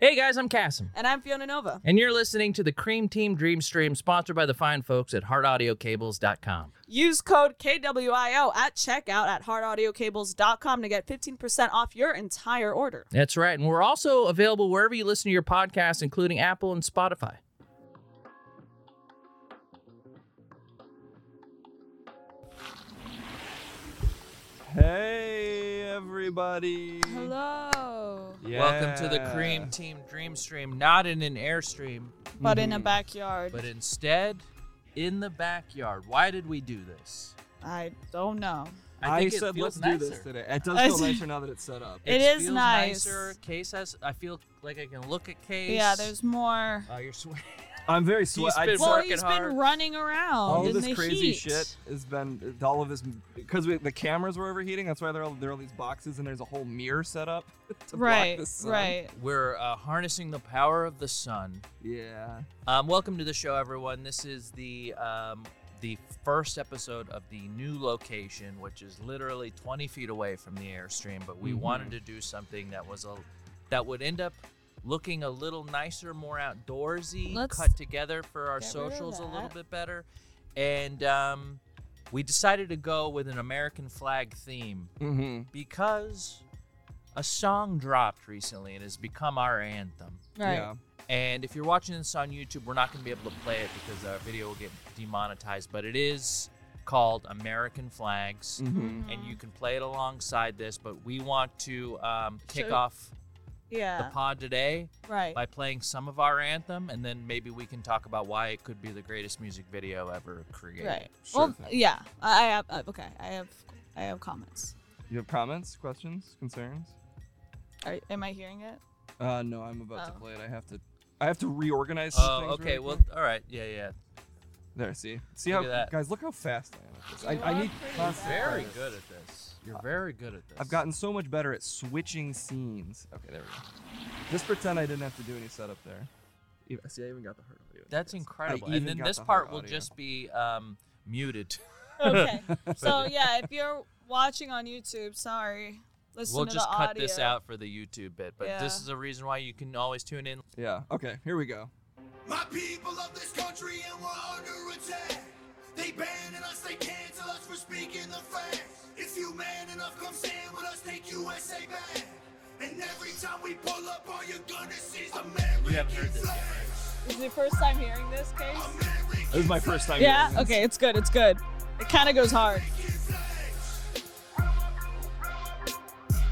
Hey guys, I'm Cassim, And I'm Fiona Nova. and you're listening to the Cream Team Dream Stream, sponsored by the fine folks at HeartAudioCables.com. Use code KWIO at checkout at hardaudio.cables.com to get 15% off your entire order. That's right, and we're also available wherever you listen to your podcasts, including Apple and Spotify. Hey, everybody. Hello. Welcome to the Cream Team Dream Stream, not in an airstream, Mm-hmm. But in a backyard. but instead in the backyard. Why did we do this? I don't know. I, think it said feels let's do this nicer. today. It does I feel see. nicer now that it's set up. It is feels nice. nicer. Case has. I feel like I can look at Case. Yeah, there's more. Oh, you're sweating. I'm very sweat. He's been working I, Well, he's hard. been running around all in of this the crazy heat. shit has been all of this because the cameras were overheating. That's why there are, there are these boxes and there's a whole mirror set up to block Right, the sun. right. We're uh, harnessing the power of the sun. Yeah. Um, welcome to the show, everyone. This is the um, the first episode of the new location, which is literally 20 feet away from the airstream. But we Mm-hmm. Mhm. wanted to do something that was a that would end up looking a little nicer, more outdoorsy, Let's cut together for our get rid of socials a little that. bit better, and um, we decided to go with an American flag theme Mm-hmm. because a song dropped recently and has become our anthem. Right. Yeah. And if you're watching this on YouTube, we're not going to be able to play it because our video will get demonetized, but it is called American Flags. Mm-hmm. And you can play it alongside this, but we want to um, kick So- off the Yeah. pod today right. by playing some of our anthem, and then maybe we can talk about why it could be the greatest music video ever created. Right. Sure well, thing. yeah. I I have uh, okay. I have I have comments. You have comments, questions, concerns? Are, am I hearing it? Uh, no, I'm about Oh. to play it. I have to. I have to reorganize. some Oh, things okay. really Well, quick. all right. Yeah, yeah. there. See, see Look how at that. guys look how fast I am. At this. You I, I are need. pretty You're constant very practice. good at this. You're very good at this. I've gotten so much better at switching scenes. Okay, there we go. Just pretend I didn't have to do any setup there. Even- See, I even got the hard audio. That's Yes. I incredible. even And then got this the part hard will audio. just be um, muted. Okay. so yeah, if you're watching on YouTube, sorry. Listen we'll to just the cut audio. this out for the YouTube bit, but Yeah. this is a reason why you can always tune in. Yeah. Okay. Here we go. My people of this country and we're under attack. They banning us, they cancel us for speaking the facts. If you man enough, come stand with us, take USA back. And every time we pull up, all you're gonna see is American You haven't heard this yet, flags. Is it your first time hearing this case? American This is my first time. Yeah. hearing this. Okay. It's good. It's good. It kind of goes hard. flags.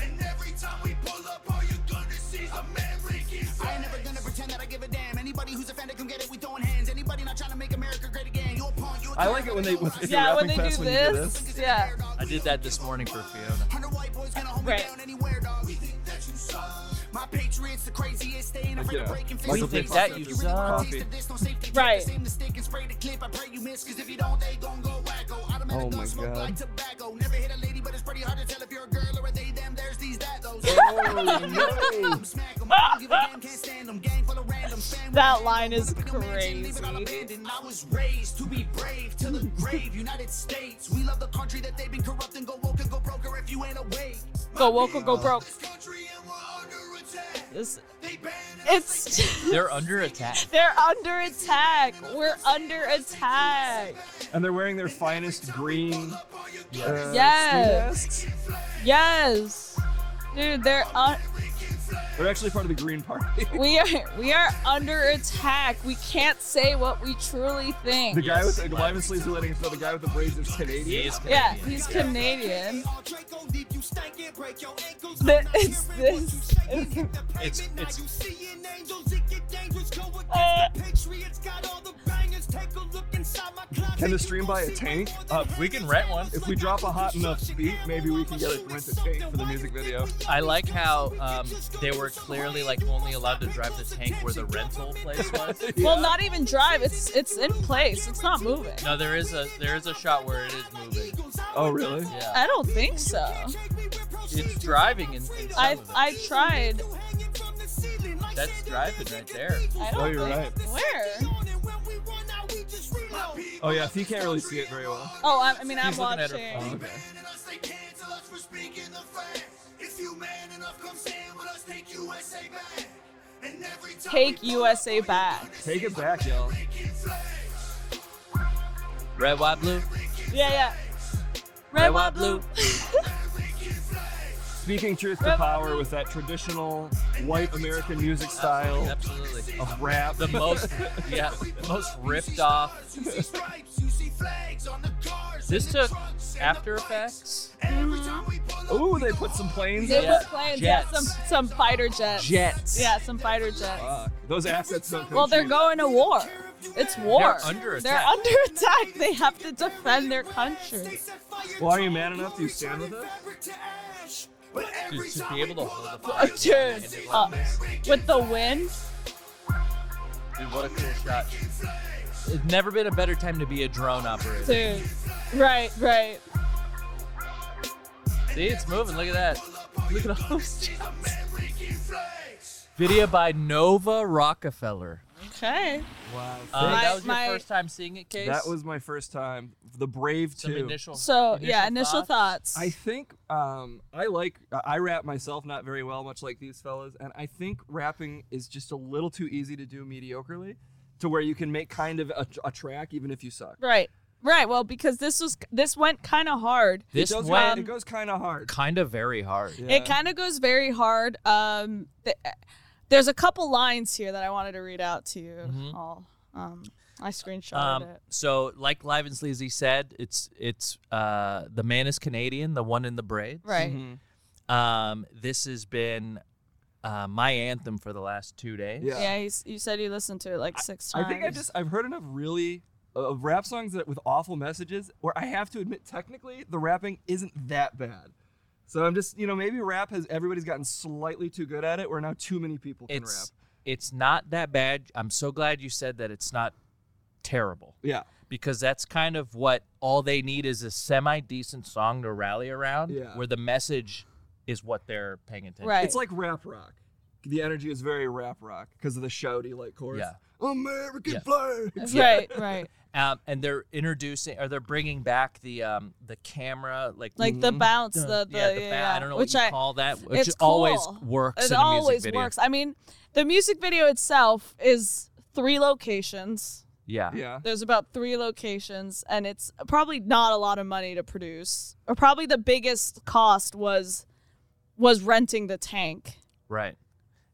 And every time we pull up, all you're gonna see is American I ain't flags. never gonna pretend that I give a damn. Anybody who's offended can get it. We throwing hands. Anybody not trying to make America great again. You a pawn. You a I like it when they. When threat. it's a Yeah, when rapping they class do when you this, yeah. I did that this morning for Fiona. Hundred white boys gonna hold me Right. down anywhere, dog. We think that you suck. My patriots the craziest. They ain't afraid yeah. of breaking Like fist. a big They suck. fucker. You really want a Coffee. taste of this? No safety. Keep Right. The same mistake and spray the clip. I pray you miss. Cause if you don't, they gon' go wacko. Automatic Oh my gun smoke God. like tobacco. Never hit a lady, but it's pretty hard to tell if you're a girl or a they, them. There's these, that, those. Oh, I'm smack 'em. I don't give a damn, can't stand 'em. Gang full of randoms. Fan with That a line handle. is Wanna pick a mansion, leave it all crazy. abandoned. I was raised to be brave to the grave. United States, we love the country that they've been corrupting. Go woke and go broker if you ain't awake. Go woke or go broke. This country and we're under attack. This. They banning us, they It's. They're under attack. They're under attack. We're under attack. And they're wearing their finest green. Yeah. Uh, Yes. ski masks. Yes. Dude, they're un- They're actually part of the Green Party. we are we are under attack. We can't say what we truly think. The guy Yes. with the lime sleeves are letting us know the guy with the braids is Canadian. Yeah, he's Canadian. The, The- it's this- It's- it's- Uh. Can the stream buy a tank? Uh, we can rent one. If we drop a hot enough beat, maybe we can get a rent a tank for the music video. I like how um, they were clearly like only allowed to drive the tank where the rental place was. Well, not even drive. It's it's in place. It's not moving. No, there is a there is a shot where it is moving. Oh, really? Yeah, I don't think so. it's driving in, in some I of it. I tried. That's driving right there. I don't Oh, you're think- right. Where? Oh yeah, if you can't really see it very well. Oh, I, I mean, I'm He's looking at her watching. phone. Okay. Banning us, they cancel us for speaking the facts. If you man enough, come stand with us, take USA back. And Take USA back. Take it back, y'all. Red, white, blue. Yeah, yeah. Red, white, blue. Speaking truth to Red- power with that traditional white American music style Absolutely. of rap. The most, yeah, most ripped off. This took After Effects, Ooh, they put some planes They in. Yeah. were playing yeah, Jets. some some fighter jets. Jets. Yeah, some fighter jets. Fuck. Those assets don't come Well, they're cheap. going to war. It's war. They're under They're attack. under attack. They have to defend their country. Well, are you man enough to stand with us? Dude, to be able to hold the A flag. turn up Oh, Uh, with the wind. Dude, what a cool shot. It's never been a better time to be a drone operator. Dude. Right, right. See, it's moving. Look at that. Look at all those jets. Video by Nova Rockefeller. Okay. Wow. Um, My- that was your my- first time seeing it, Case? That was my first time. The Brave some 2. initial. So yeah, initial thoughts? thoughts. I think um, I like I rap myself not very well, much like these fellas, and I think rapping is just a little too easy to do mediocrely, to where you can make kind of a, a track even if you suck. right. Right. Well, because this was this went kind of hard. This it, does, went it goes kind of hard. kind of very hard. Yeah. It kind of goes very hard. Um, th- there's a couple lines here that I wanted to read out to you all. Um, I screenshotted Mm-hmm. Um, it. so, like Live and Sleazy said, it's it's uh, the man is Canadian, the one in the braids. Right. Mhm. Um, this has been uh, my anthem for the last two days. Yeah. Yeah, you, s- you said you listened to it like six times. I think I just I've heard enough really uh, of rap songs that with awful messages where I have to admit technically the rapping isn't that bad. So I'm just you know maybe rap has everybody's gotten slightly too good at it where now too many people can It's rap. it's not that bad. I'm so glad you said that it's not terrible Yeah. because that's kind of what all they need is a semi decent song to rally around Yeah. where the message is what they're paying attention. Right. It's like rap rock. The energy is very rap rock because of the shouty like chorus. Yeah. American Yeah. flag. right, right. Um, and they're introducing or they're bringing back the um, the camera like Like the bounce, the, the, yeah, Mm-hmm. the yeah, ba- I don't know which what you I, call that, which it's always cool. works It in a music always video. works. I mean, the music video itself is three locations. Yeah. Yeah. There's about three locations, and it's probably not a lot of money to produce. Or probably the biggest cost was was renting the tank Right.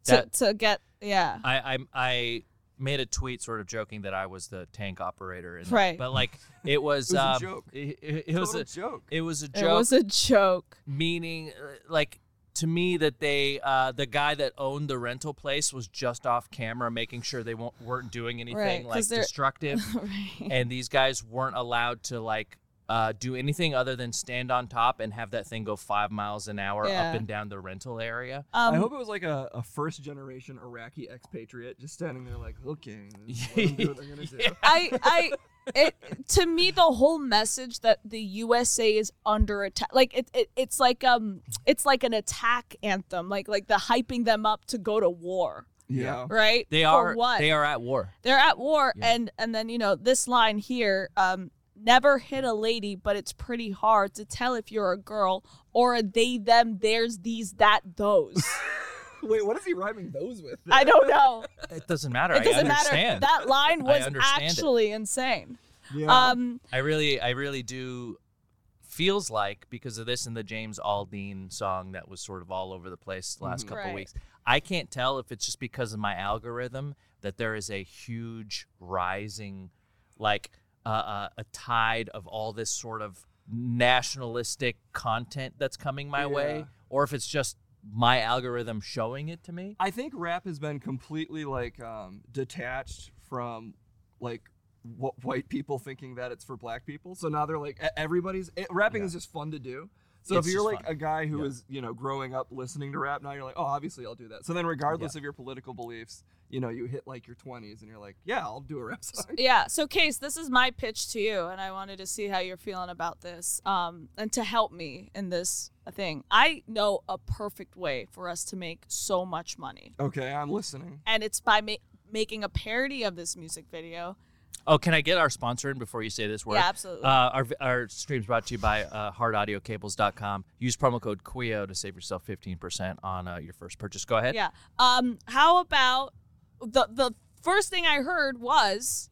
to, That- to get yeah. I, I I made a tweet sort of joking that I was the tank operator. And, Right. But like it was, It was a um, joke. It, it- it was Total a joke. It was a joke. It was a joke. meaning, uh, like to me, that they uh, the guy that owned the rental place was just off camera, making sure they won't, weren't doing anything Right, 'cause like they're- destructive, Right. and these guys weren't allowed to like. Uh, do anything other than stand on top and have that thing go five miles an hour Yeah. up and down the rental area. Um, I hope it was like a, a first generation Iraqi expatriate just standing there like looking. I, I, it, to me, the whole message that the USA is under attack, like it, it, it's like um, it's like an attack anthem, like like the hyping them up to go to war, Yeah. right? They For are what? they are at war. They're at war, Yeah. and and then you know this line here, um, never hit a lady, but it's pretty hard to tell if you're a girl or a they, them, theirs, these, that, those. Wait, what is he rhyming those with? I don't know. It doesn't matter. It doesn't I matter. understand. That line was understand it. actually insane. uh, Yeah. Um. I really, I really do feels like because of this and the James Aldean song that was sort of all over the place the last Mhm. couple Right. weeks. I can't tell if it's just because of my algorithm that there is a huge rising, like uh, uh, a tide of all this sort of nationalistic content that's coming my way, Yeah. or if it's just my algorithm showing it to me. I think rap has been completely like um, detached from like wh- white people thinking that it's for black people. So now they're like e- everybody's it, rapping Yeah. is just fun to do. So It's if you're just like fun. a guy who Yeah. was you know growing up listening to rap, now you're like oh obviously I'll do that. So then regardless of your political beliefs, you know you hit like your 20s and you're like yeah I'll do a rap song. Yeah. So, Case, this is my pitch to you, and I wanted to see how you're feeling about this, um, and to help me in this thing. I know a perfect way for us to make so much money, Okay, I'm listening. and it's by ma- making a parody of this music video. Oh, can I get our sponsor in before you say this word? Yeah, absolutely. Uh, our, our stream's brought to you by uh, hardaudiocables.com. Use promo code E QUIO to save yourself 15% on uh, your first purchase. Go ahead. Yeah. Um, how about the the first thing I heard was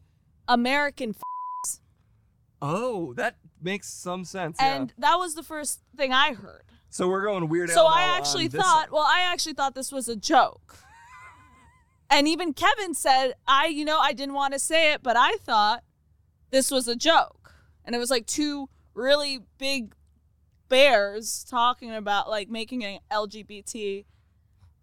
American f- Oh, that makes some sense. and yeah. that was the first thing I heard. So we're going weird. so Al I Mall on actually this thought, well, I actually thought this was a joke. and even Kevin said, I, you know, I didn't want to say it, but I thought this was a joke. And it was like two really big bears talking about like making an LGBT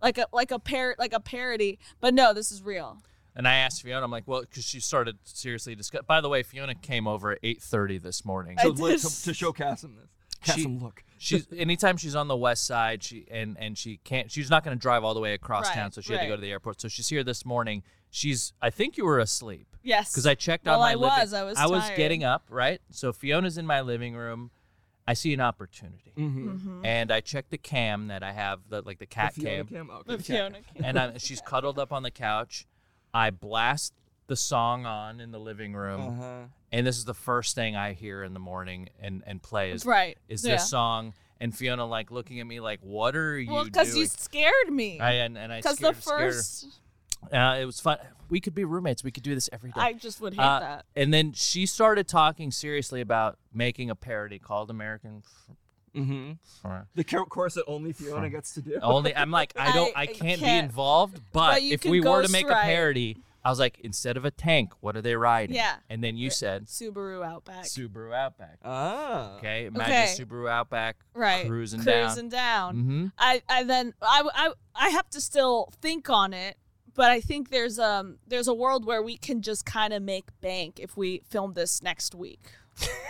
like a like a par- like a parody, but no, this is real. And I asked Fiona, I'm like, well, because she started seriously discuss. By the way, Fiona came over at 8:30 this morning. to, I look, to, just- to show Cassim this. She- Cassim, look. she's anytime she's on the west side she and and she can't she's not going to drive all the way across Right, town so she had to go right. to the airport so she's here this morning she's i think you were asleep Yes. because i checked on Well, my I living was. I was tired. getting up right so fiona's in my living room i see an opportunity Mm-hmm. Mm-hmm. and i check the cam that i have the like the cat Fiona cam Cam. Okay, But check. Fiona Oh, can't. and I'm, she's cuddled up on the couch i blast the song on in the living Um, room Uh-huh. and this is the first thing I hear in the morning and and play is Right, is yeah. this song and Fiona like looking at me like what are you well, doing? because you scared me. I and, and I Because scared, the scared her. first, Uh, it was fun. We could be roommates. We could do this every day. I just would hate Uh, that. And then she started talking seriously about making a parody called American. F- Mm-hmm. Oh. F- The co- course that only Fiona gets to do. Only I'm like I don't I, I- I can't, be can't. involved. But, But you if can we were to ghost make ride. a parody, I was like instead of a tank, what are they riding? Yeah. And then you said Subaru Outback. Subaru Outback. Ah. Okay, imagine Okay. a Subaru Outback right. cruising, down. Cruising down. Mm-hmm. I, I then I, I I have to still think on it, but I think there's um there's a world where we can just kind of make bank if we film this next week.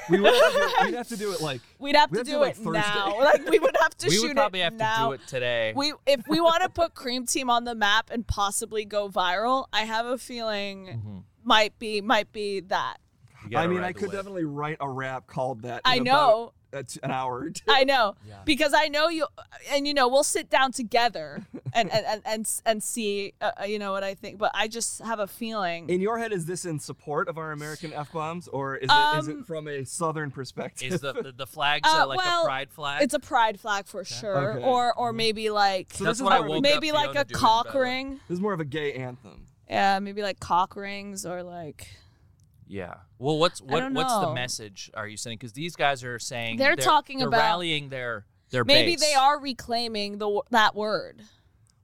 We would have to do, we'd have to do it like. We'd have We'd to have to do do, like, it Thursday. now. Like we would have to We shoot would probably it have now. to do it today. We if we want to put Cream Team on the map and possibly go viral, I have a feeling Mm-hmm. might be might be that. You gotta I mean, ride I the could wave. definitely write a rap called that. I in know. About, uh, t- an hour or two. I know Yeah. because I know you, and you know we'll sit down together and and and and, and see, uh, uh, you know what I think. But I just have a feeling. In your head, is this in support of our American f bombs, or is it, is it Um, from a Southern perspective? Is the the, the flags Uh, uh, like well, a pride flag? it's a pride flag for sure, Okay. Mm-hmm. or or maybe like So That's this is what I more of a- woke maybe up like Fiona a doing cock better. ring, this is more of a gay anthem. yeah, maybe like cock rings or like Yeah. Well, what's what don't what's the know. message are you sending? Because these guys are saying They're talking they're about- rallying their their maybe base. they are reclaiming the wo- that word.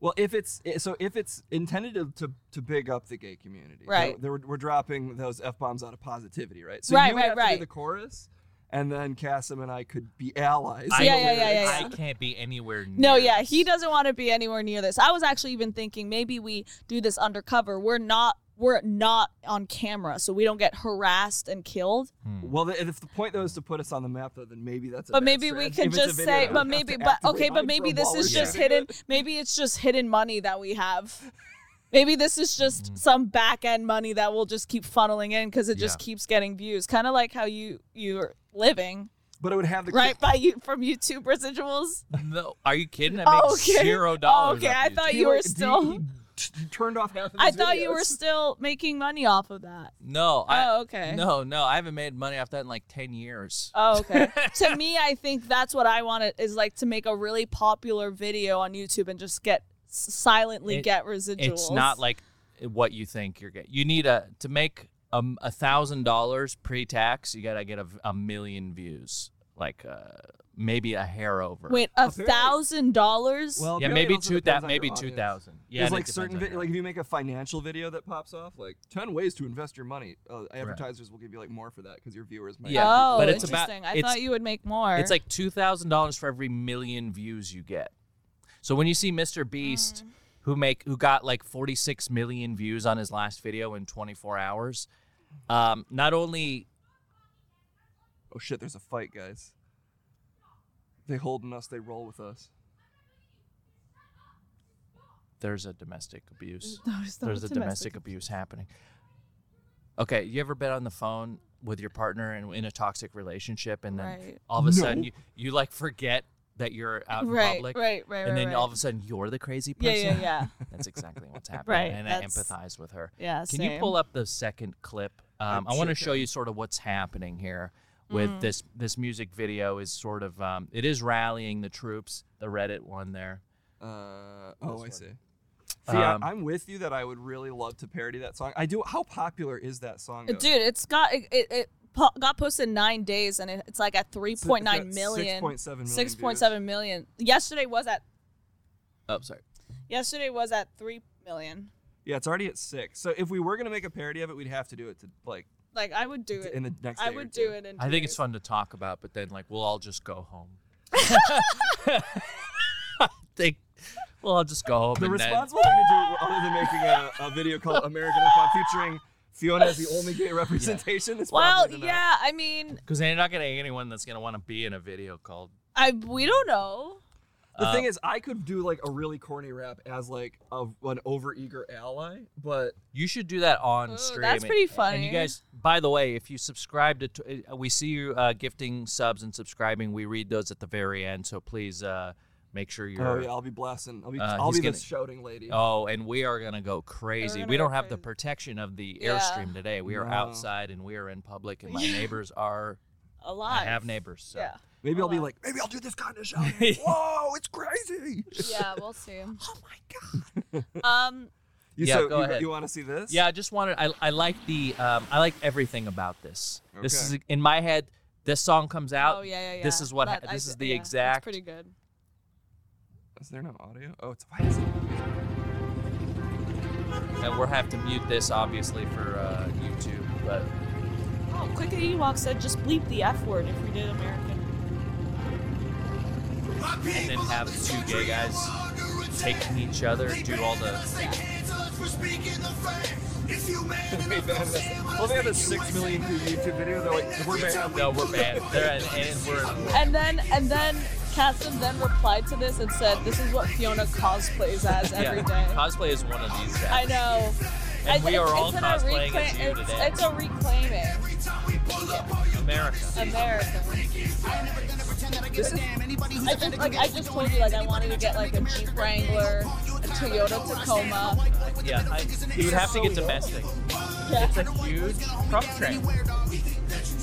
Well, if it's i- so, if it's intended to to, to big up the gay community, so Right. there- we're dropping those f bombs out of positivity, right? So Right, you would right, have to do right. the chorus, and then Cassim and I could be allies. I, Yeah, don't- yeah, yeah, yeah, I yeah. can't be anywhere near. No, yeah, he this. doesn't want to be anywhere near this. I was actually even thinking maybe we do this undercover. We're not we're not on camera, so we don't get harassed and killed. Hmm. Well, th- if the point though is to put us on the map, though, then maybe that's. A but bad maybe we strategy. can If it's a just video, say we but have to maybe but activate okay but mic maybe from this while is we're just shooting. hidden maybe it's just hidden money that we have maybe this is Mm. just some back end money that we'll just keep funneling in because it just Yeah. keeps getting views kind of like how you you're living But it would have the right by you from youtube residuals No, are you kidding? That Oh, makes okay. zero Oh, dollars. okay, off I YouTube. thought He, you were like, d- still- he t- t- turned off half of i his thought you were videos. still making money off of that No. I, Oh, okay. No, no, I haven't made money off that in like ten years. Oh, okay. to me, I think that's what I wanted is like to make a really popular video on YouTube and just get s- silently It- get residuals. It's not like what you think you're getting. You need a to make um a thousand dollars pre-tax. You gotta get a, a million views, like uh, maybe a hair over. Wait, a Apparently- thousand dollars? Well, yeah, apparently maybe it also two depends thousand, on maybe your two audience. thousand. Yeah, There's and it like depends certain on vid- your like if you make a financial video that pops off, like ten ways to invest your money. Uh, advertisers will give you like more for that because your viewers might. Yeah, oh, but it's about- interesting. I it's- thought you would make more. It's like two thousand dollars for every million views you get. So when you see Mr. Beast, Mm. who make who got like forty six million views on his last video in twenty four hours, um, not only Oh shit! There's a fight, guys. They holding us. They roll with us. there's a domestic abuse, No, it's not there's a domestic domestic abuse happening. Okay, you ever been on the phone with your partner and in a toxic relationship, and then Right. all of a No. sudden you, you like forget that you're out in Right, public, right, right, and right, then right. all of a sudden you're the crazy Yeah, person. yeah, yeah. That's exactly what's happening. Right, And I that's- empathize with her. Yeah, Can you same. pull up the second clip? Um, I sure want to show you sort of what's happening here with this this music video is sort of um, it is rallying the troops. The Reddit one there. Uh, oh, I see. See, Um, I, I'm with you that I would really love to parody that song. I do. How popular is that song? though? Dude, it's got it, it, it po- got posted in nine days, and it, it's like at three It's- it's point got nine million. 6.7 million. Six point views. seven million. Yesterday was at Oh, sorry. yesterday was at three million. Yeah, it's already at six. So if we were gonna make a parody of it, we'd have to do it to like Like I would do it. in the next. I day or would two. do it. In I two think it's days. fun to talk about, but then like we'll all just go home. I think we'll all just go home. The and responsible thing to do, other than making a, a video called American Icon featuring Fiona as the only gay representation, is Well, probably to not- yeah. I mean, because they're not gonna get anyone that's gonna want to be in a video called. I we don't know. The Uh, thing is, I could do like a really corny rap as like a, an overeager ally, but You should do that on Ooh, stream. that's and- pretty And you funny. guys, by the way, if you subscribe to, t- uh, we see you uh, gifting subs and subscribing. We read those at the very end, so please uh, make sure you're. oh yeah, I'll be blasting. I'll be, Uh, I'll he's be gonna- the shouting lady. Oh, and we are gonna go crazy. gonna we go don't have the crazy. protection of the Yeah. airstream today. We are No. outside and we are in public, and my neighbors are. Alive. I have neighbors. So. Yeah. maybe I'll be wow. like, maybe I'll do this kind of shouting. Whoa, it's crazy. Yeah, we'll see. Oh my god. Um, You, Yeah, so, go you, ahead. You want to see this? Yeah, I just wanted. I, I like the. Um, I like everything about this. This Okay. is in my head. This song comes out. oh yeah, yeah, yeah. This is what. That- ha- I- this is the yeah, that's exact. pretty good. Is there no audio? Oh, it's why is it? And we'll have to mute this obviously for uh, YouTube. But Oh, Quick and Ewok said just bleep the F word if we did American. and then have two gay guys taking each other, do all the. Well, they have a six million view YouTube video. They're like, we're banned. No, we're banned. They're at, and we're. And then and then Cassim then replied to this and said, "This is what Fiona cosplays as every yeah, day." cosplay is one of these guys. I know. And I- we are it's- all it's in a cosplaying as recla- you it's, today. It's a reclaiming America. America. This is I just like I just told you like I wanted to get like a Jeep Wrangler, a Toyota Tacoma. Yeah, I, you would have to get domestic. Yeah. It's a huge Trump train.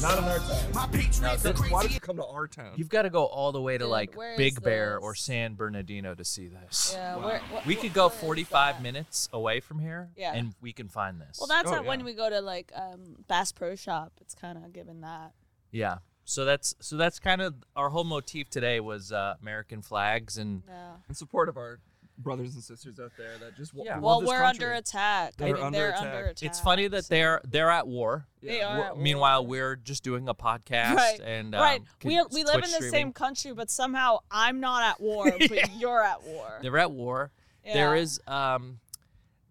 Not in our town. Now, this, Why don't you come to our town? you've got to go all the way to Dude, like where is Big Bear or this? San Bernardino to see this. Yeah, Wow. where- what- We what- could go where is 45 that? minutes away from here, Yeah. and we can find this. Well, that's Oh, not when yeah. we go to like um, Bass Pro Shop. It's kind of given that. yeah. So that's so that's kind of our whole motif today was uh, American flags and Yeah. in support of our brothers and sisters out there that just w- Yeah. love Well, this we're country. under attack. I They're mean, under they're attack. under attack. it's funny that they're they're at war. They Yeah. are. We're- at war. meanwhile, we're just doing a podcast Right. and um, right. con- we we live Twitch in the streaming. same country, but somehow I'm not at war, but you're at war. They're at war. There Yeah. is um,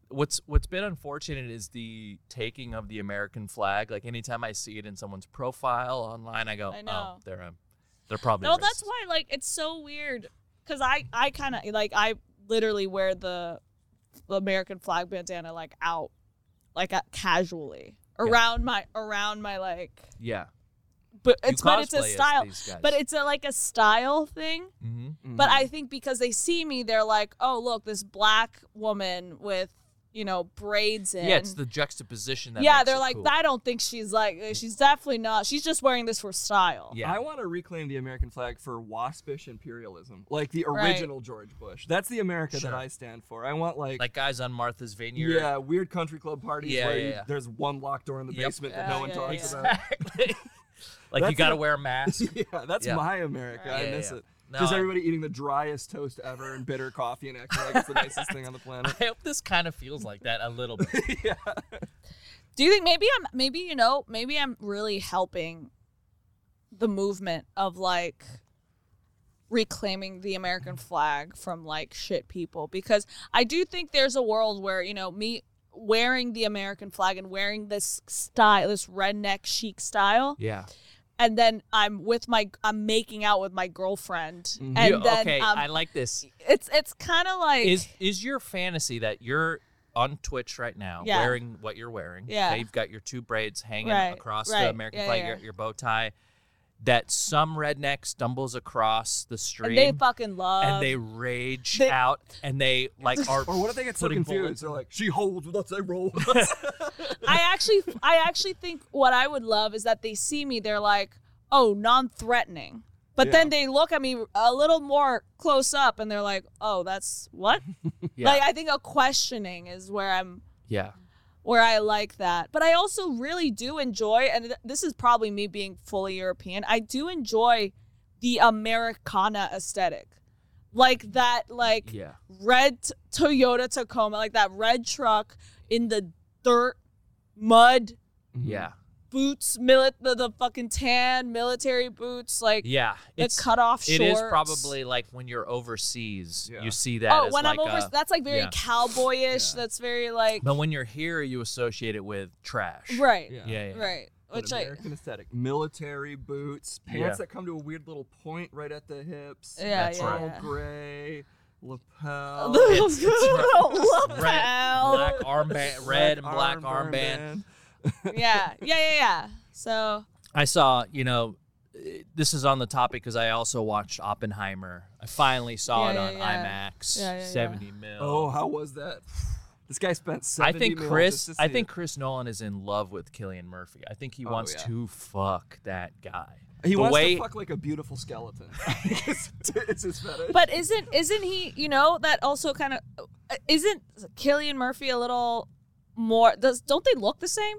what's what's been unfortunate is the taking of the American flag. Like anytime I see it in someone's profile online, I go, I oh, know. they're um, they're probably No, that's racist." why. Like, it's so weird because I I kind of like I literally wear the American flag bandana like out, like uh, casually around my around my like. Yeah, But You it's but it's a cosplay as style. these guys. But it's a like a style thing. hmm Mm-hmm. But I think because they see me, they're like, "Oh, look, this black woman with you know braids in." yeah, it's the juxtaposition that. yeah, makes they're it like, cool. "I don't think she's like. She's definitely not. She's just wearing this for style." Yeah, I want to reclaim the American flag for waspish imperialism, like the Right. original George Bush. That's the America Sure. that I stand for. I want like, like guys on Martha's Vineyard. yeah, weird country club parties Yeah, where yeah, you- yeah. there's one locked door in the Yep. basement that Yeah, no one yeah, talks yeah. about. exactly. like you That's got to what- wear a mask. yeah, that's Yeah. my America. Yeah, I miss yeah. it. No, Just I- everybody eating the driest toast ever and bitter coffee and acting like it's the nicest thing on the I planet. hope this kind of feels like that a little bit. yeah. Do you think maybe I'm maybe you know maybe I'm really helping the movement of like reclaiming the American flag from like shit people because I do think there's a world where you know me wearing the American flag and wearing this style this redneck chic style yeah. and then I'm with my I'm making out with my girlfriend Mhm. and You- then Mm-hmm. okay, um, I like this. it's it's kind of like Is is your fantasy that you're on Twitch right now, Yeah. wearing what you're wearing? Yeah. okay, you've got your two braids hanging Right, across right, the American yeah, flag, yeah. Your, your bow tie. That some redneck stumbles across the stream and they fucking love and they rage they- out and they like are. Or what if they get so putting confused? bullets- They're like, she holds with us, they roll with us." I actually I actually think what I would love is that they see me, they're like, oh, non threatening. But Yeah. then they look at me a little more close up and they're like, "Oh, that's what?" Yeah. Like I think a questioning is where I'm yeah. where I like that. But I also really do enjoy, and th- this is probably me being fully European, I do enjoy the Americana aesthetic. Like that, like Yeah. red t- Toyota Tacoma, like that red truck in the dirt, mud, Yeah. boots, milit the, the fucking tan military boots, like Yeah. the cut off shorts. it is probably like when you're overseas, Yeah. you see that Oh, as when like I'm over, a- that's like very yeah. cowboyish. Yeah. That's very like but when you're here, you associate it with trash. right, Yeah. Yeah. yeah. right. But Which I American aesthetic, military boots, pants Yeah. that come to a weird little point right at the hips. Yeah, That's all yeah, yeah. gray lapel. It's- it's Lapel. red, black Oh. armband, red and black arm- armband. yeah, yeah, yeah, yeah. So I saw, you know, eh, this is on the topic because I also watched Oppenheimer. I finally saw Yeah, it yeah, on yeah. IMAX, Yeah, yeah, yeah. 70 mil. Oh, how was that? This guy spent. 70 I think mil just Chris, to I see think Chris Nolan is in love with Killian Murphy. I think he Oh, wants yeah. to fuck that guy. it. he the wants way- to fuck like a beautiful skeleton. it's, it's his fetish. But isn't isn't he? You know that also kind of isn't Killian Murphy a little more? Does don't they look the same?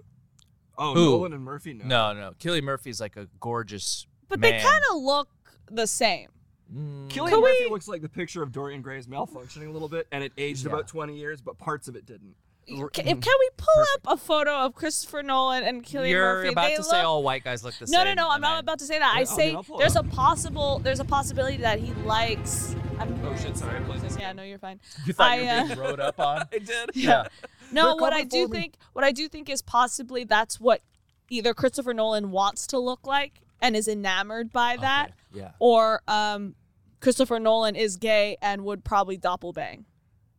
oh, Who? Nolan and Murphy. No. No, no, Killian Murphy's like a gorgeous. But they man. kind of look the same. Mm, Killian Can Murphy we- looks like the picture of Dorian Gray's malfunctioning a little bit, and it aged Yeah. about 20 years, but parts of it didn't. Can, mm-hmm. if- can we pull up a photo of Christopher Nolan and Killian You're Murphy? about They to say look- all white guys look the No, same. no, no! I'm and not I- about to say that. I Yeah, I say mean, I'll pull it there's up. a possible there's a possibility that he likes. I'm Oh, shit, sorry, I played this Yeah, game. no, you're fine. You thought you were I, uh, being rode up on? I did. Yeah. No, They're what I coming do for me. think, what I do think is possibly that's what either Christopher Nolan wants to look like and is enamored by that, Okay, Yeah. or um, Christopher Nolan is gay and would probably doppelbang.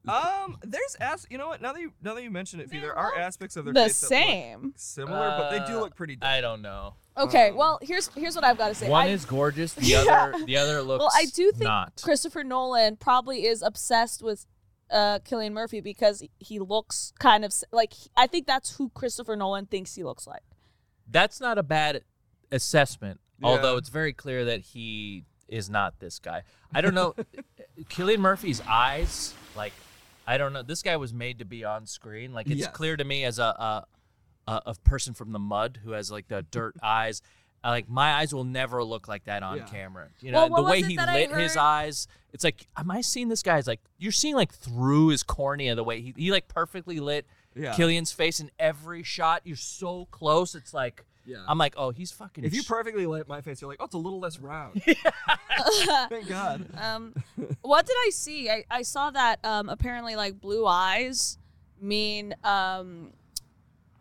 Um, there's as you know what? Now that you now that you mention it, Vee, there are aspects of their The face that look same. similar, but they do Uh, look pretty. Different. I don't know. Okay, well here's here's what I've got to say. Um, One I- is gorgeous. The Yeah. other, the other looks. well, I do think not. Christopher Nolan probably is obsessed with uh, Killian Murphy because he looks kind of s- like he- I think that's who Christopher Nolan thinks he looks like. That's not a bad assessment. Yeah. Although it's very clear that he is not this guy. I don't know. uh, Killian Murphy's eyes, like, I don't know. This guy was made to be on screen. Like, it's Yes. clear to me as a, a a a person from the mud who has like the dirt eyes. I, like my eyes will never look like that on Yeah. camera. You Well, know, what the way was it he that I lit his heard? eyes. It's like, am I seeing this guy's like? You're seeing like through his cornea the way he he like perfectly lit Yeah. Killian's face in every shot. You're so close. It's like Yeah. I'm like, oh, he's fucking. if you sh- perfectly light my face, you're like, oh, it's a little less round. Thank God. Um, what did I see? I, I saw that um, apparently like blue eyes mean um,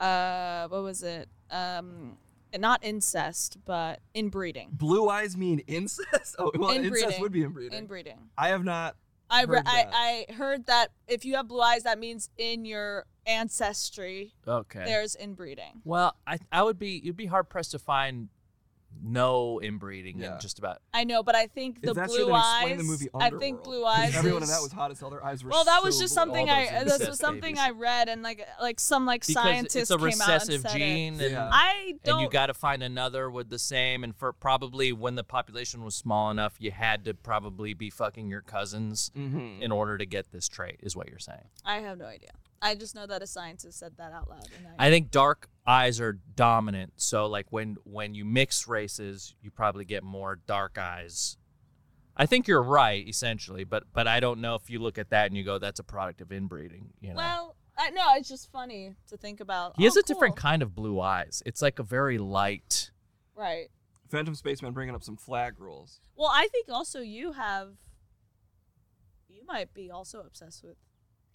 uh, what was it? Um, not incest, but inbreeding. Blue eyes mean incest. Oh, well, incest Inbreeding. would be inbreeding. Inbreeding. I have not. I, re- Heard that. I I heard that if you have blue eyes, that means in your ancestry okay. there's inbreeding. Well, I I would be you'd be hard pressed to find no inbreeding Yeah. in just about. I know, but I think the if that's blue true, then explain eyes. the movie I Underworld. think blue 'Cause eyes. Everyone in is- that was hot as hell. Their eyes were. Well, that was so just blue. something those I. This was incest something babies. I read, and like like some like Because scientist it's a came recessive out and said it. gene, and, Yeah. I and don't. you got to find another with the same. And for probably when the population was small enough, you had to probably be fucking your cousins Mhm. in order to get this trait, is what you're saying. I have no idea. I just know that a scientist said that out loud. And I, I think dark eyes are dominant. So like when when you mix races, you probably get more dark eyes. I think you're right essentially, but but I don't know if you look at that and you go that's a product of inbreeding, you know. well, I no, it's just funny to think about. he has Oh, a different cool. kind of blue eyes. It's like a very light. Right. Phantom Spaceman bringing up some flag rules. Well, I think also you have. You might be also obsessed with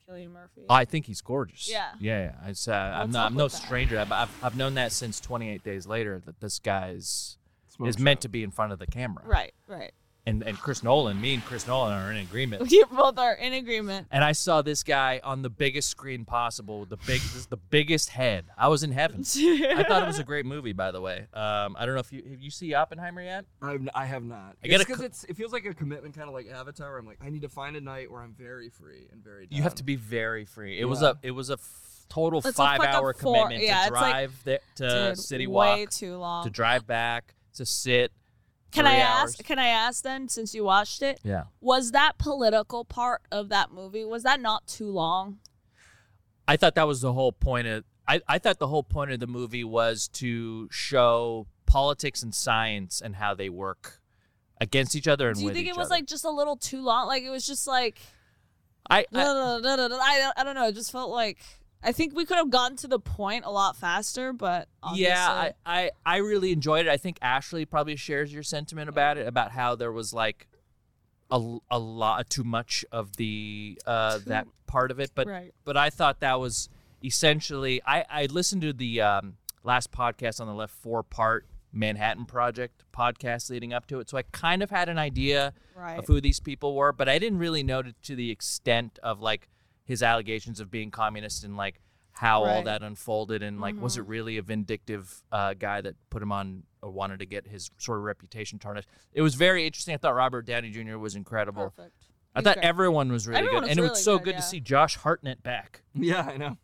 Killian Murphy. I think he's gorgeous. Yeah. Yeah, yeah. It's, uh, I'm What's not up I'm no with that? stranger. I've, I've I've known that since 28 days later that this guy's Smoke is meant shop. to be in front of the camera. right. Right. And and Chris Nolan, me and Chris Nolan are in agreement. You both are in agreement. and I saw this guy on the biggest screen possible with the big, this is the biggest head. I was in heaven. I thought it was a great movie, by the way. Um, I don't know if you have you see Oppenheimer yet. I've, I have not. I gotta because co- it's it feels like a commitment, kind of like Avatar. Where I'm like, I need to find a night where I'm very free and very. Down. You have to be very free. It was Yeah. a it was a f- total It's a five hour fucking four- commitment yeah, to it's like- drive there to Dude, City way Walk too long. to drive back to sit. Can three I hours. ask? Can I ask then, since you watched it, Yeah. was that political part of that movie? Was that not too long? I thought that was the whole point of I, I thought the whole point of the movie was to show politics and science and how they work against each other and Do you with think each it was other. like just a little too long? Like it was just like I, I I, I don't, I don't know. It just felt like I think we could have gotten to the point a lot faster, but obviously. yeah I, I I really enjoyed it. I think Ashley probably shares your sentiment about it about how there was like a, a lot too much of the uh, that part of it, but right. but I thought that was essentially I, I listened to the um, last podcast on the left four part Manhattan Project podcast leading up to it, so I kind of had an idea Right. of who these people were, but I didn't really know to, to the extent of like his allegations of being communist and like how all Right. Mm-hmm. that unfolded and like was it really a vindictive uh, guy that put him on or wanted to get his sort of reputation tarnished. It was very interesting. I thought Robert Downey Jr. was incredible. Perfect. I He's thought great. everyone was really good, Everyone was and it really was so good, good, yeah. to see Josh Hartnett back. Yeah, I know.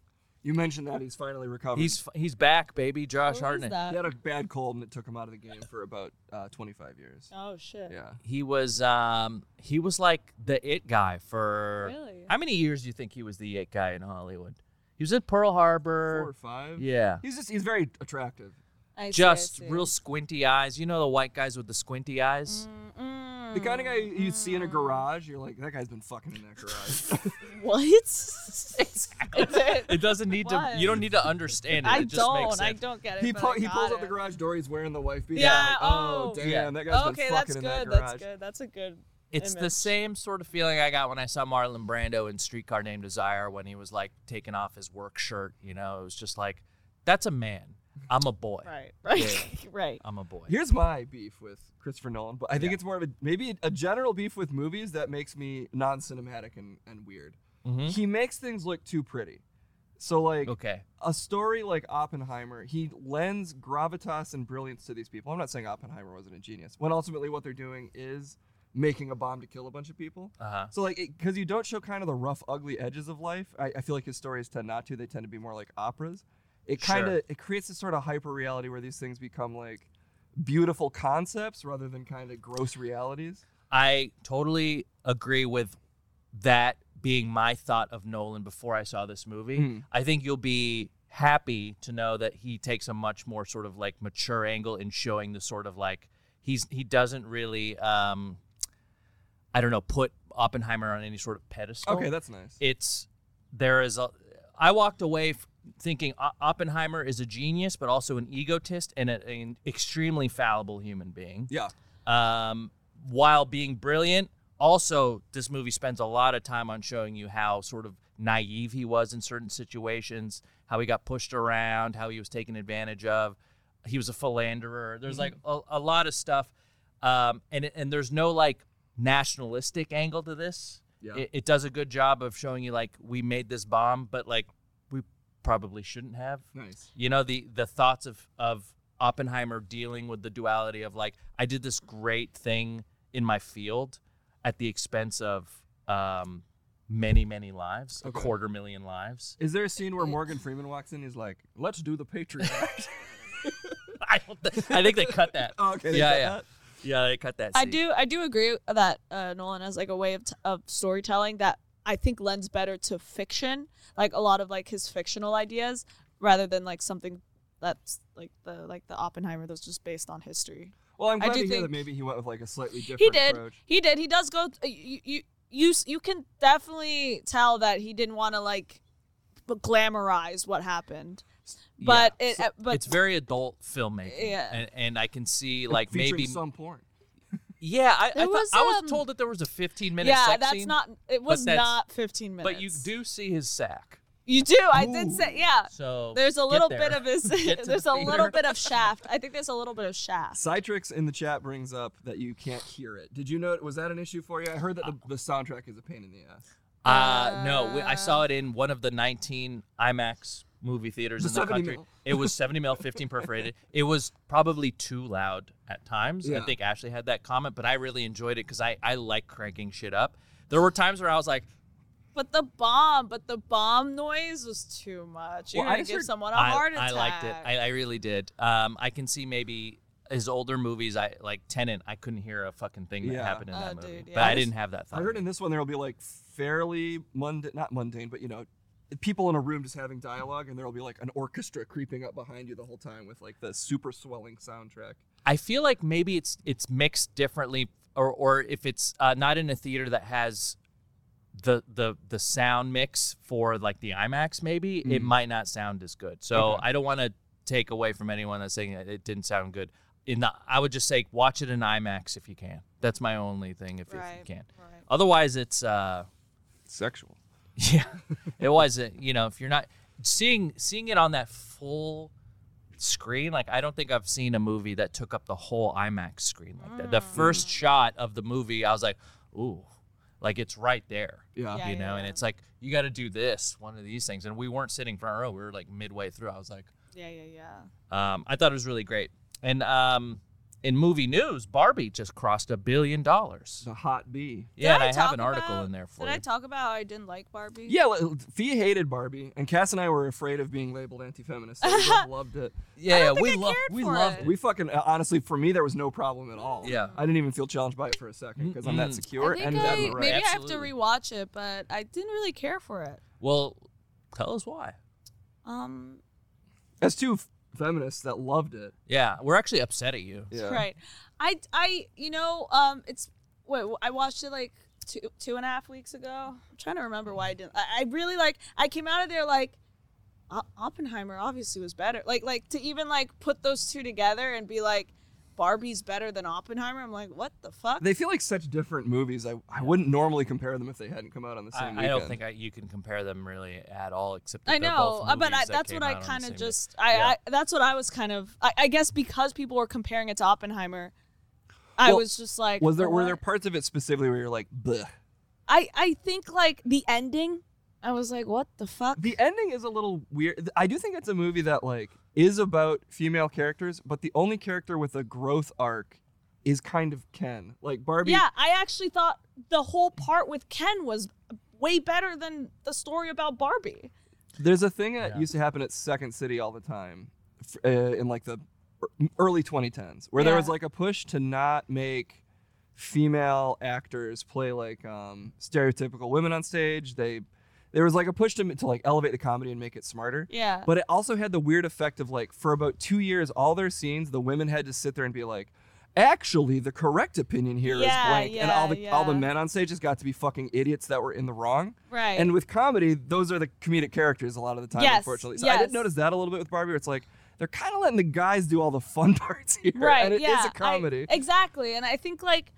You mentioned that he's finally recovered. He's f- he's back, baby. Josh Who is Hartnett. that? he had a bad cold and it took him out of the game for about uh, 25 years. Oh shit. Yeah. He was um he was like the it guy for Really? how many years do you think he was the it guy in Hollywood? He was at Pearl Harbor. Four or five. Yeah. He's just he's very attractive. I see, I Just see. real squinty eyes. You know the white guys with the squinty eyes? Mm, The kind of guy you'd see in a garage, you're like, that guy's been fucking in that garage. What? exactly. It doesn't need to Why? you don't need to understand it. I it just makes don't. I sense. don't get it. he but pu- I he got pulls out it. the garage door. He's wearing the wife beater. Yeah, Like, oh, oh. damn, Yeah. that guy's okay, been fucking that's in good. that garage. that's good. That's a good. It's the image. same sort of feeling I got when I saw Marlon Brando in Streetcar Named Desire when he was like taking off his work shirt, you know. It was just like that's a man. I'm a boy. Right. Right. right. Um, I'm a boy. Here's my beef with Christopher Nolan, but I think it's more of a maybe a general beef with movies that makes me non-cinematic and, and weird. Mm-hmm. Mhm. He makes things look too pretty. So like Okay. a story like Oppenheimer, he lends gravitas and brilliance to these people. I'm not saying Oppenheimer wasn't a genius. When ultimately what they're doing is making a bomb to kill a bunch of people. Uh-huh. So like, because you don't show kind of the rough, ugly edges of life, I, I feel like his stories tend not to. They tend to be more like operas. It Sure. kind of it creates this sort of hyper reality where these things become like beautiful concepts rather than kind of gross realities. I totally agree with that being my thought of Nolan before I saw this movie. Hmm. I think you'll be happy to know that he takes a much more sort of like mature angle in showing the sort of like he's he doesn't really um I don't know put Oppenheimer on any sort of pedestal. Okay, that's nice. it's there is a I walked away f- thinking O- Oppenheimer is a genius but also an egotist and a- an extremely fallible human being yeah, um, while being brilliant. Also, this movie spends a lot of time on showing you how sort of naive he was in certain situations, how he got pushed around, how he was taken advantage of. He was a philanderer. There's like a, a lot of stuff, um, and it- and there's no like nationalistic angle to this. Yeah. It, it does a good job of showing you like we made this bomb, but like we probably shouldn't have nice. you know the the thoughts of of Oppenheimer dealing with the duality of like I did this great thing in my field at the expense of um, many many lives, a Okay. quarter million lives. Is there a scene where Morgan Freeman walks in? He's like, "Let's do the Patriot Act." I don't thi- I think they cut that. Oh, okay, they yeah, cut yeah, that? yeah. They cut that. I scene. do. I do agree that uh, Nolan has like a way of, t- of storytelling that I think lends better to fiction, like a lot of like his fictional ideas, rather than like something that's like the like the Oppenheimer that's just based on history. well, I'm I glad to do hear that think- maybe he went with like a slightly different he did. approach. He did. He does go. uh, You you you, s- you can definitely tell that he didn't want to like b- glamorize what happened, but Yeah. it uh, but it's very adult filmmaking. Yeah. and, and I can see like Featuring maybe some porn. yeah. I I, There thought- was, I was um, told that there was a 15 minute yeah. sex That's scene, not. It was that's- not 15 minutes. but you do see his sack. You do. I did Ooh. say yeah. So There's a get little there. bit of his. Get to there's the a theater. little bit of shaft. I think there's a little bit of shaft. Citrix in the chat brings up that you can't hear it. Did you know? Was that an issue for you? I heard that the, the soundtrack is a pain in the ass. Uh, no, we, I saw it in one of the 19 IMAX movie theaters The in the 70 country. mil. It was 70 mil, 15 perforated. It was probably too loud at times. Yeah. I think Ashley had that comment, but I really enjoyed it because I, I like cranking shit up. There were times where I was like, But the bomb, but the bomb noise was too much. You're Well, I gonna just give heard- someone a I, heart I attack. liked it. I, I really did. Um, I can see maybe his older movies, I like Tenant. I couldn't hear a fucking thing that Yeah. happened in that Oh, movie, dude, but yeah. I, I didn't have that thought. I heard in this one there will be like fairly mundane, not mundane, but you know, people in a room just having dialogue, and there will be like an orchestra creeping up behind you the whole time with like the super swelling soundtrack. I feel like maybe it's it's mixed differently, or or if it's uh, not in a theater that has the the the sound mix for like the IMAX, maybe it might not sound as good. So Okay. I don't want to take away from anyone that's saying that it didn't sound good. In the, I would just say watch it in IMAX if you can. That's my only thing if, if Right, you can. right. Otherwise, it's. Uh, Sexual. yeah, it wasn't. You know, if you're not seeing seeing it on that full screen, like I don't think I've seen a movie that took up the whole IMAX screen like that. The Mm. first shot of the movie, I was like, ooh, like it's right there. Yeah. Yeah. You know, and it's like you got to do this one of these things, and we weren't sitting front row. We were like midway through. I was like, Yeah, yeah, yeah. um, I thought it was really great. And um, in movie news, Barbie just crossed a billion dollars. The hot bee. Yeah, and Did I, have talk an article about- in there for Did you. I talk about how I didn't like Barbie? Yeah, li- Fee hated Barbie, and Cass and I were afraid of being labeled anti-feminist. So we both loved it. yeah, yeah, think we I loved cared we for loved it. it. We fucking uh, honestly, for me, there was no problem at all. Yeah. I didn't even feel challenged by it for a second because I'm that Mm-mm. secure I think and I, that right. maybe right. Absolutely. I have to rewatch it, but I didn't really care for it. Well, tell us why. Um, As two f- feminists that loved it. Yeah, we're actually upset at you. Yeah. right. I, I, you know, um, it's wait, I watched it like two, two and a half weeks ago. I'm trying to remember why I didn't. I, I really like. I came out of there like. O- Oppenheimer obviously was better. Like, like to even like put those two together and be like, Barbie's better than Oppenheimer. I'm like, what the fuck? They feel like such different movies. I, I wouldn't normally compare them if they hadn't come out on the same I, I don't weekend. think I, you can compare them really at all, except that I they're know, both uh, movies but I, that that's came what I out on the kind same of day. just I, Yeah. I that's what I was kind of I, I guess because people were comparing it to Oppenheimer, I Well, was just like, Was there "Oh, were what?" there parts of it specifically where you're like, bleh? I I think like the ending, I was like, what the fuck? The ending is a little weird. I do think it's a movie that like is about female characters, but the only character with a growth arc is kind of Ken. Like Barbie. yeah, I actually thought the whole part with Ken was way better than the story about Barbie. There's a thing that Yeah. used to happen at Second City all the time, f- uh, in like the ear- early 2010s, where there Yeah. was like a push to not make female actors play like um, stereotypical women on stage. They there was like a push to, to like elevate the comedy and make it smarter. Yeah, But it also had the weird effect of like for about two years, all their scenes, the women had to sit there and be like, actually, the correct opinion here is Yeah, blank, and all yeah, the all the yeah. men on stage just got to be fucking idiots that were in the wrong. right. And with comedy, those are the comedic characters a lot of the time, Yes, unfortunately. So I yes. did notice that a little bit with Barbie. Where it's like they're kind of letting the guys do all the fun parts here, right and it is yeah a comedy. I, exactly and i think like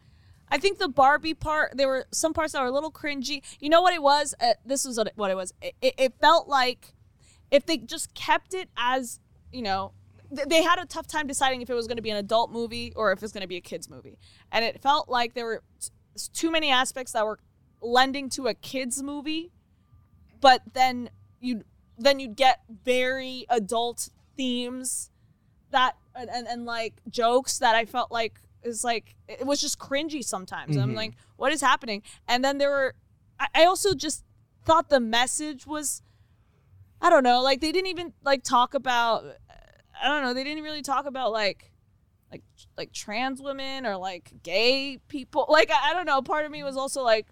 i think the barbie part there were some parts that were a little cringy you know what it was uh, this was what it, what it was it, it, it felt like if they just kept it as you know th- they had a tough time deciding if it was going to be an adult movie or if it's going to be a kids movie and it felt like there were t- too many aspects that were lending to a kids movie but then you then you'd get very adult themes that and, and, and like jokes that I felt like is like it was just cringy sometimes. I'm Mhm. like, what is happening? And then there were I, I also just thought the message was I don't know, like they didn't even like talk about I don't know, they didn't really talk about like like like trans women or like gay people. Like I, I don't know, part of me was also like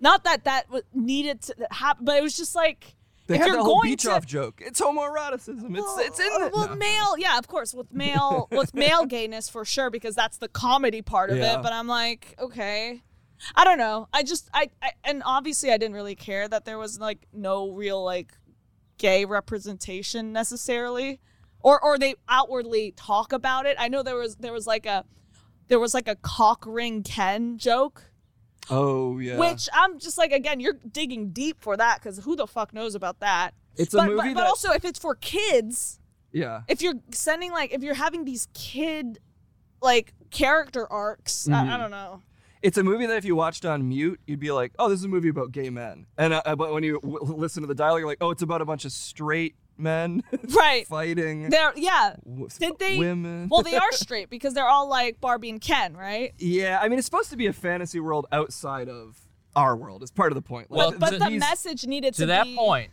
not that that was needed to happen, but it was just like they if had you're that whole going beach to- off joke. It's homoeroticism. It's it's in well, the well, no. male, yeah, of course, with male, with male gayness for sure, because that's the comedy part of Yeah. it. But I'm like, okay, I don't know. I just, I, I, and obviously, I didn't really care that there was like no real like gay representation necessarily, or or they outwardly talk about it. I know there was there was like a there was like a cock ring Ken joke. Oh yeah, Which I'm just like again, you're digging deep for that because who the fuck knows about that? it's a but, movie but, but that also if it's for kids, yeah. if you're sending like if you're having these kid like character arcs I, I Mhm. don't know It's a movie that if you watched on mute, you'd be like, oh, this is a movie about gay men. And uh, but when you w- listen to the dialogue, you're like, oh, it's about a bunch of straight men right fighting. they're yeah w- did they- women? well they are straight because they're all like barbie and ken right Yeah, I mean, it's supposed to be a fantasy world outside of our world. It's part of the point. Like, Well, th- but to- the these- message needed to, to that be- point,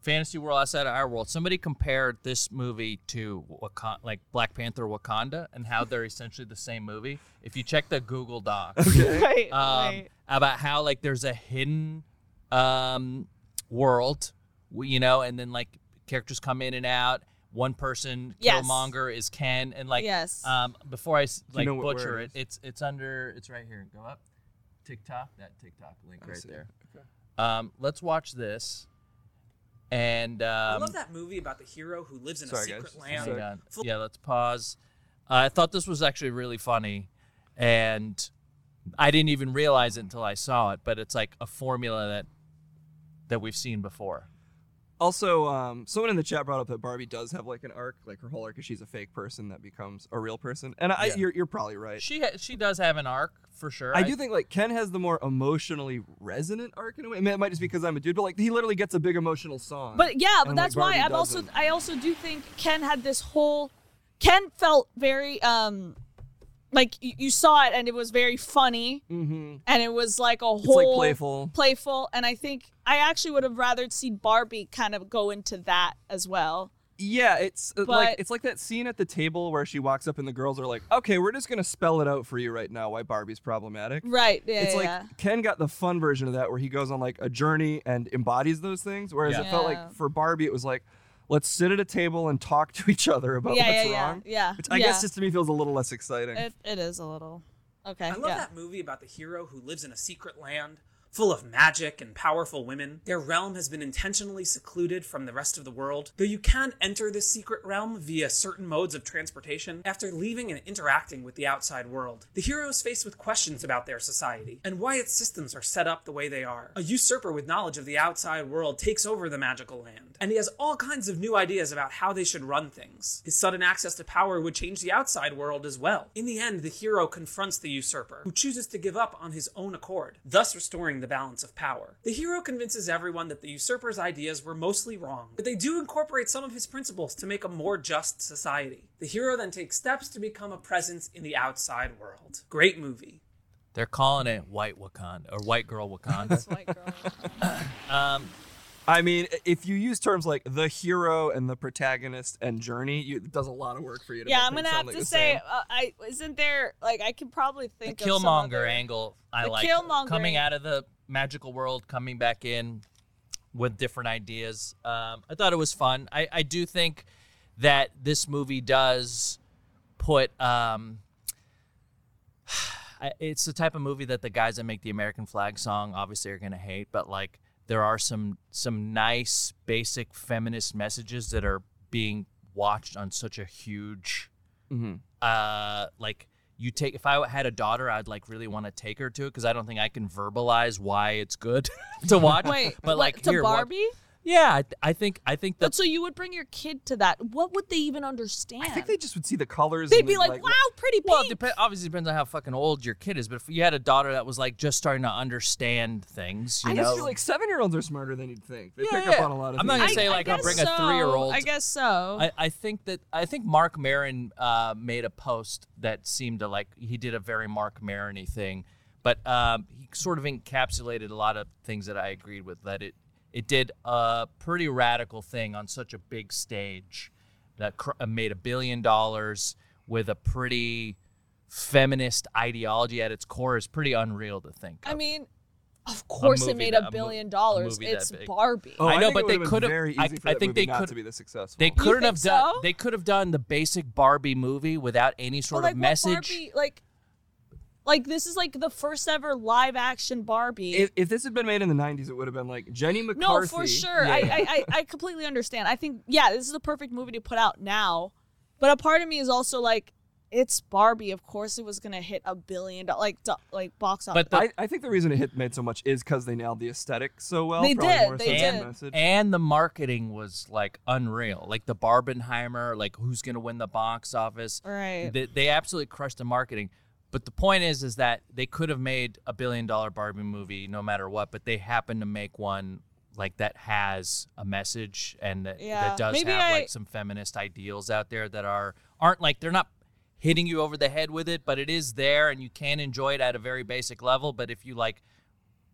fantasy world outside of our world. Somebody compared this movie to Wakanda, like Black Panther Wakanda and how they're essentially the same movie. If you check the Google Doc right, um, right. about how like there's a hidden um, world, w- you know, and then like characters come in and out. One person, Yes. Killmonger is Ken, and like Yes. um, before I s- you like know what butcher word it it, it's it's under it's right here. Go up, TikTok that TikTok link right see. there. Um, let's watch this, and um, I love that movie about the hero who lives in Sorry, a secret guys. land. Hang Sorry. on. Full- Yeah, let's pause. Uh, I thought this was actually really funny, and I didn't even realize it until I saw it. But it's like a formula that that we've seen before. Also, um, someone in the chat brought up that Barbie does have like an arc, like her whole arc is she's a fake person that becomes a real person, and I, Yeah. you're, you're probably right. She ha- she does have an arc for sure. I do think like Ken has the more emotionally resonant arc in a way. I mean, it might just be because I'm a dude, but like he literally gets a big emotional song. But yeah, but and, like, that's why Barbie I'm also doesn't. I also do think Ken had this whole Ken felt very um like you, you saw it and it was very funny hmm and it was like a whole It's like playful. playful and I think I actually would have rather seen Barbie kind of go into that as well. Yeah, it's uh, like But- it's like that scene at the table where she walks up and the girls are like, "Okay, we're just gonna spell it out for you right now why Barbie's problematic." Right. Yeah. It's yeah, like yeah. Ken got the fun version of that where he goes on like a journey and embodies those things, whereas Yeah. it felt Yeah. like for Barbie it was like, "Let's sit at a table and talk to each other about yeah, what's yeah, yeah, wrong," yeah. which I yeah. guess just to me feels a little less exciting. it, it is a little okay. I love yeah. that movie about the hero who lives in a secret land full of magic and powerful women. Their realm has been intentionally secluded from the rest of the world, though you can enter this secret realm via certain modes of transportation after leaving and interacting with the outside world. The hero is faced with questions about their society and why its systems are set up the way they are. A usurper with knowledge of the outside world takes over the magical land, and he has all kinds of new ideas about how they should run things. His sudden access to power would change the outside world as well. In the end, the hero confronts the usurper, who chooses to give up on his own accord, thus restoring the balance of power. The hero convinces everyone that the usurper's ideas were mostly wrong, but they do incorporate some of his principles to make a more just society. The hero then takes steps to become a presence in the outside world. Great movie. They're calling it White Wakanda or White Girl Wakanda. It's white girl. um, I mean, i- if you use terms like the hero and the protagonist and journey, you, it does a lot of work for you. To yeah, make I'm them gonna sound have like to the say, same. uh, I isn't there like I can probably the think of some Killmonger eh? other- angle. I The like Killmonger coming angle. out of the magical world, coming back in with different ideas. Um, I thought it was fun. I, I do think that this movie does put. Um, I- it's the type of movie that the guys that make the American flag song obviously are gonna hate, but like there are some some nice basic feminist messages that are being watched on such a huge Mhm. uh like you take if i had a daughter i'd like really want to take her to it because i don't think i can verbalize why it's good to watch Wait, but what, like to here, watch- Barbie? yeah I, th- I think i think But that's so you would bring your kid to that. What would they even understand? I think they just would see the colors. would and be then, like, "Wow, pretty pink." well it dep- obviously depends on how fucking old your kid is but if you had a daughter that was like just starting to understand things you I know just feel like seven-year-olds are smarter than you'd think. They Yeah, pick up yeah. on a lot of. I'm not things. gonna say, like, I'll guess bring a three-year-old. I guess so. I, I think that I think Mark Marin uh, made a post that seemed to like he did a very Mark Marin-y thing, but um, he sort of encapsulated a lot of things that I agreed with. That it it did a pretty radical thing on such a big stage that cr- uh, made a billion dollars with a pretty feminist ideology at its core is pretty unreal to think. I of. mean, of course movie it made that- a a mo- billion a dollars. movie that it's big. Barbie. Oh, I know, think but it they would've been could've- Very easy I- for I that think movie they not could- to be this successful. They couldn't have think done. so? They could have done the basic Barbie movie without any sort But, like of what message. Barbie, like, like this is like the first ever live action Barbie. If, if this had been made in the '90s, it would have been like Jenny McCarthy. no, for sure. Yeah, I, yeah. I, I I completely understand. I think yeah, this is the perfect movie to put out now. But a part of me is also like, it's Barbie. Of course, it was gonna hit a billion dollars, like do- like box office. But the- I, I think the reason it hit made so much is because they nailed the aesthetic so well. They probably did, More they so than did. the message. and the marketing was like unreal. Like the Barbenheimer, like who's gonna win the box office? right. They, they absolutely crushed the marketing. But the point is, is that they could have made a billion dollar Barbie movie no matter what, but they happened to make one like that has a message and that, Yeah. that does Maybe have I- like some feminist ideals out there that are aren't like they're not hitting you over the head with it, but it is there and you can enjoy it at a very basic level. But if you like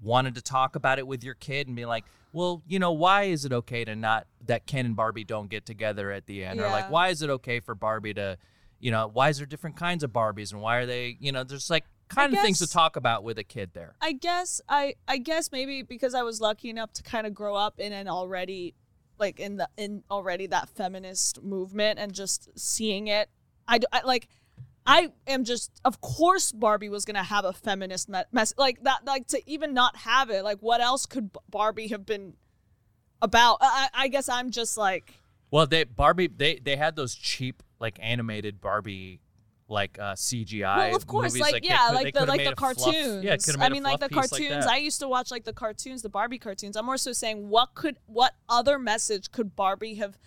wanted to talk about it with your kid and be like, well, you know, why is it okay to not that Ken and Barbie don't get together at the end, or Yeah. like, why is it okay for Barbie to, you know, why is there different kinds of Barbies and why are they, you know, there's like kind of things to guess- talk about with a kid there. I guess I I guess maybe because I was lucky enough to kind of grow up in an already like in the in already that feminist movement and just seeing it. I, d- I- like I am just of course Barbie was going to have a feminist me- message like that like to even not have it like what else could B- Barbie have been about? I, I I guess I'm just like Well, they Barbie they they had those cheap like animated Barbie like uh, CGI. well, of course, movies. like, they yeah, could- like they the could've like made the a fluff- cartoons. yeah, could've I made a mean, like the fluff piece like cartoons. that. I used to watch like the cartoons, the Barbie cartoons. I'm more so saying, what could, what other message could Barbie have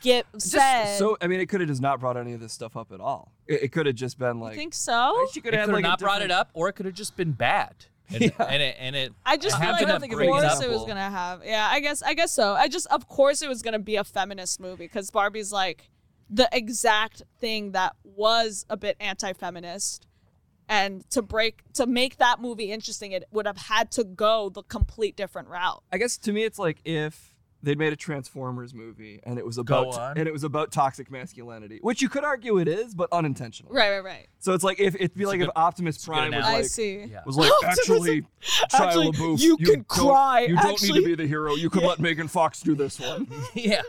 give said? So I mean, it could have just not brought any of this stuff up at all. It, it could have just been I like think so. she could It could have have like a not brought it different- up, or it could have just been bad. And, and it and it. I just it feel happened like to of bring course it was up- gonna have. Yeah, I guess I guess so. I just of course it was gonna be a feminist movie because Barbie's like the exact thing that was a bit anti-feminist, and to break to make that movie interesting, it would have had to go the complete different route. I guess to me, it's like if they'd made a Transformers movie and it was Go about on. and it was about toxic masculinity, which you could argue it is, but unintentional. Right, right, right. So it's like if it'd be like good- if Optimus a good Prime was analogy. I like, see. Yeah. was like Optimus- actually, Shia actually, LaBeouf, you can don't- cry. You don't need Actually- to be the hero. You could let Megan Fox do this one. yeah.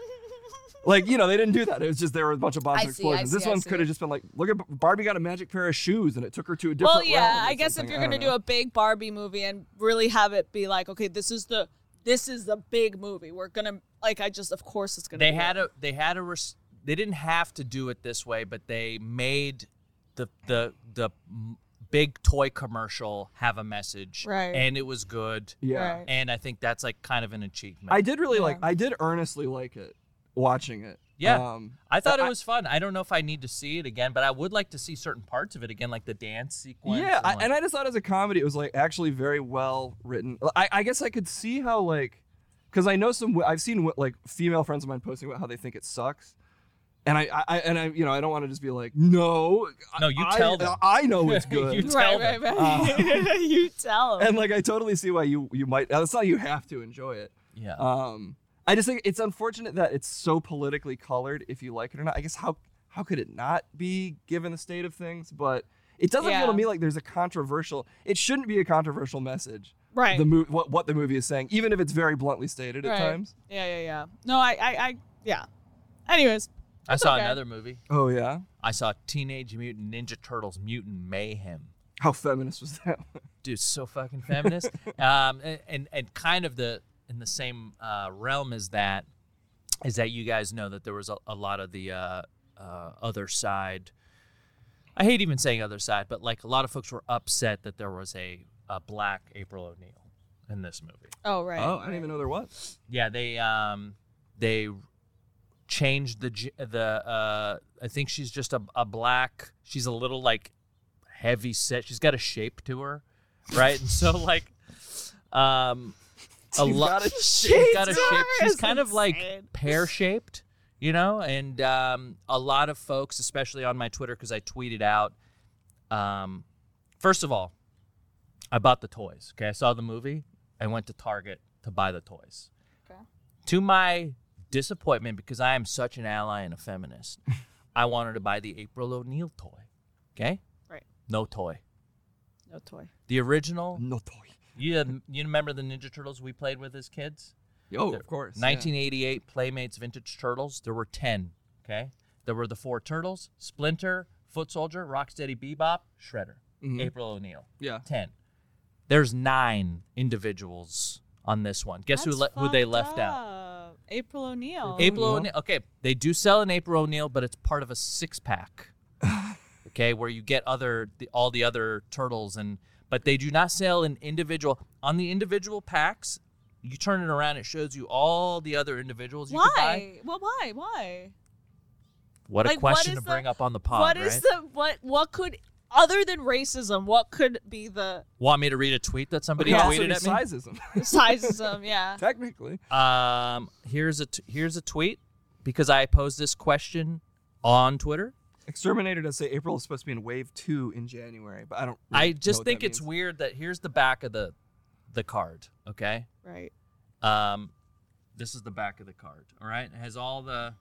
like you know, they didn't do that. It was just there were a bunch of bombs I and see, I explosions. this see, I one see. could have just been like, look at Barbie got a magic pair of shoes and it took her to a different. Well, yeah. realm or I guess if something. you're I gonna don't know. do a big Barbie movie and really have it be like, okay, this is the this is the big movie. We're gonna like. I just of course it's gonna. They be had it. a they had a res- they didn't have to do it this way, but they made the the the m- big toy commercial have a message, Right. And it was good, yeah. Right. and I think that's like kind of an achievement. I did really like. Yeah. I did earnestly like it, watching it. Yeah. Um, I thought I- it was fun. I don't know if I need to see it again, but I would like to see certain parts of it again, like the dance sequence. yeah, and, I, like- and I just thought as a comedy, it was like actually very well written. I, I guess I could see how like, because I know some. I've seen what like female friends of mine posting about how they think it sucks. And I, I, I- and I, you know, I don't want to just be like, no, No, you I, tell them. I, I know it's good. You Right, tell right, them. Oh. right. you tell them. and like, I totally see why you, you might. That's not you have to enjoy it. yeah. Um, I just think it's unfortunate that it's so politically colored. If you like it or not, I guess how how could it not be given the state of things? But it doesn't feel to Yeah. me like there's a controversial. It shouldn't be a controversial message. right. The mo- what what the movie is saying, even if it's very bluntly stated right. at times. Yeah, yeah, yeah. No, I, I, I yeah. Anyways, I saw okay. another movie. Oh yeah, I saw Teenage Mutant Ninja Turtles Mutant Mayhem. how feminist was that? Dude, so fucking feminist. um, and, and and kind of the in the same uh, realm as that is that you guys know that there was a, a lot of the uh, uh, other side. I hate even saying other side, but like a lot of folks were upset that there was a, a black April O'Neil in this movie. oh right. Oh, I didn't even know there was. Yeah, they um they changed the g- the uh I think she's just a, a black. She's a little like heavy set. She's got a shape to her, right? and so like um a She's lot got a she's got a shape. shape. It's She's kind of insane. like pear shaped, you know? And um a lot of folks, especially on my Twitter cuz I tweeted out um first of all, I bought the toys. Okay, I saw the movie. I went to Target to buy the toys. Okay. To my disappointment, because I am such an ally and a feminist, I wanted to buy the April O'Neil toy. Okay. Right. No toy. No toy. The original. No toy. You you remember the Ninja Turtles we played with as kids? Oh, of course. 1988 Playmates Vintage Turtles. There were ten. Okay. There were the four turtles: Splinter, Foot Soldier, Rocksteady, Bebop, Shredder, April O'Neil. Mm-hmm. Yeah. 10. There's nine individuals on this one. Guess who, le- who they left out? out? April O'Neil. April O'Neil. O'Neil. Okay, they do sell an April O'Neil, but it's part of a six pack. okay, where you get other the, all the other turtles and but they do not sell an individual on the individual packs. You turn it around, it shows you all the other individuals you could buy. why? Well, why? Why? What a Like, what question is to the- bring up on the pod, What is right? the what? What could other than racism? What could be the Want me to read a tweet that somebody Yeah, tweeted at me? sizism. sizism? yeah. Technically, Um, here's a t- here's a tweet because I posed this question on Twitter. Exterminator does say April is supposed to be in Wave Two in January, but I don't. I just think it's weird that here's the back of the the card. Okay. Right. Um, this is the back of the card. All right. It has all the,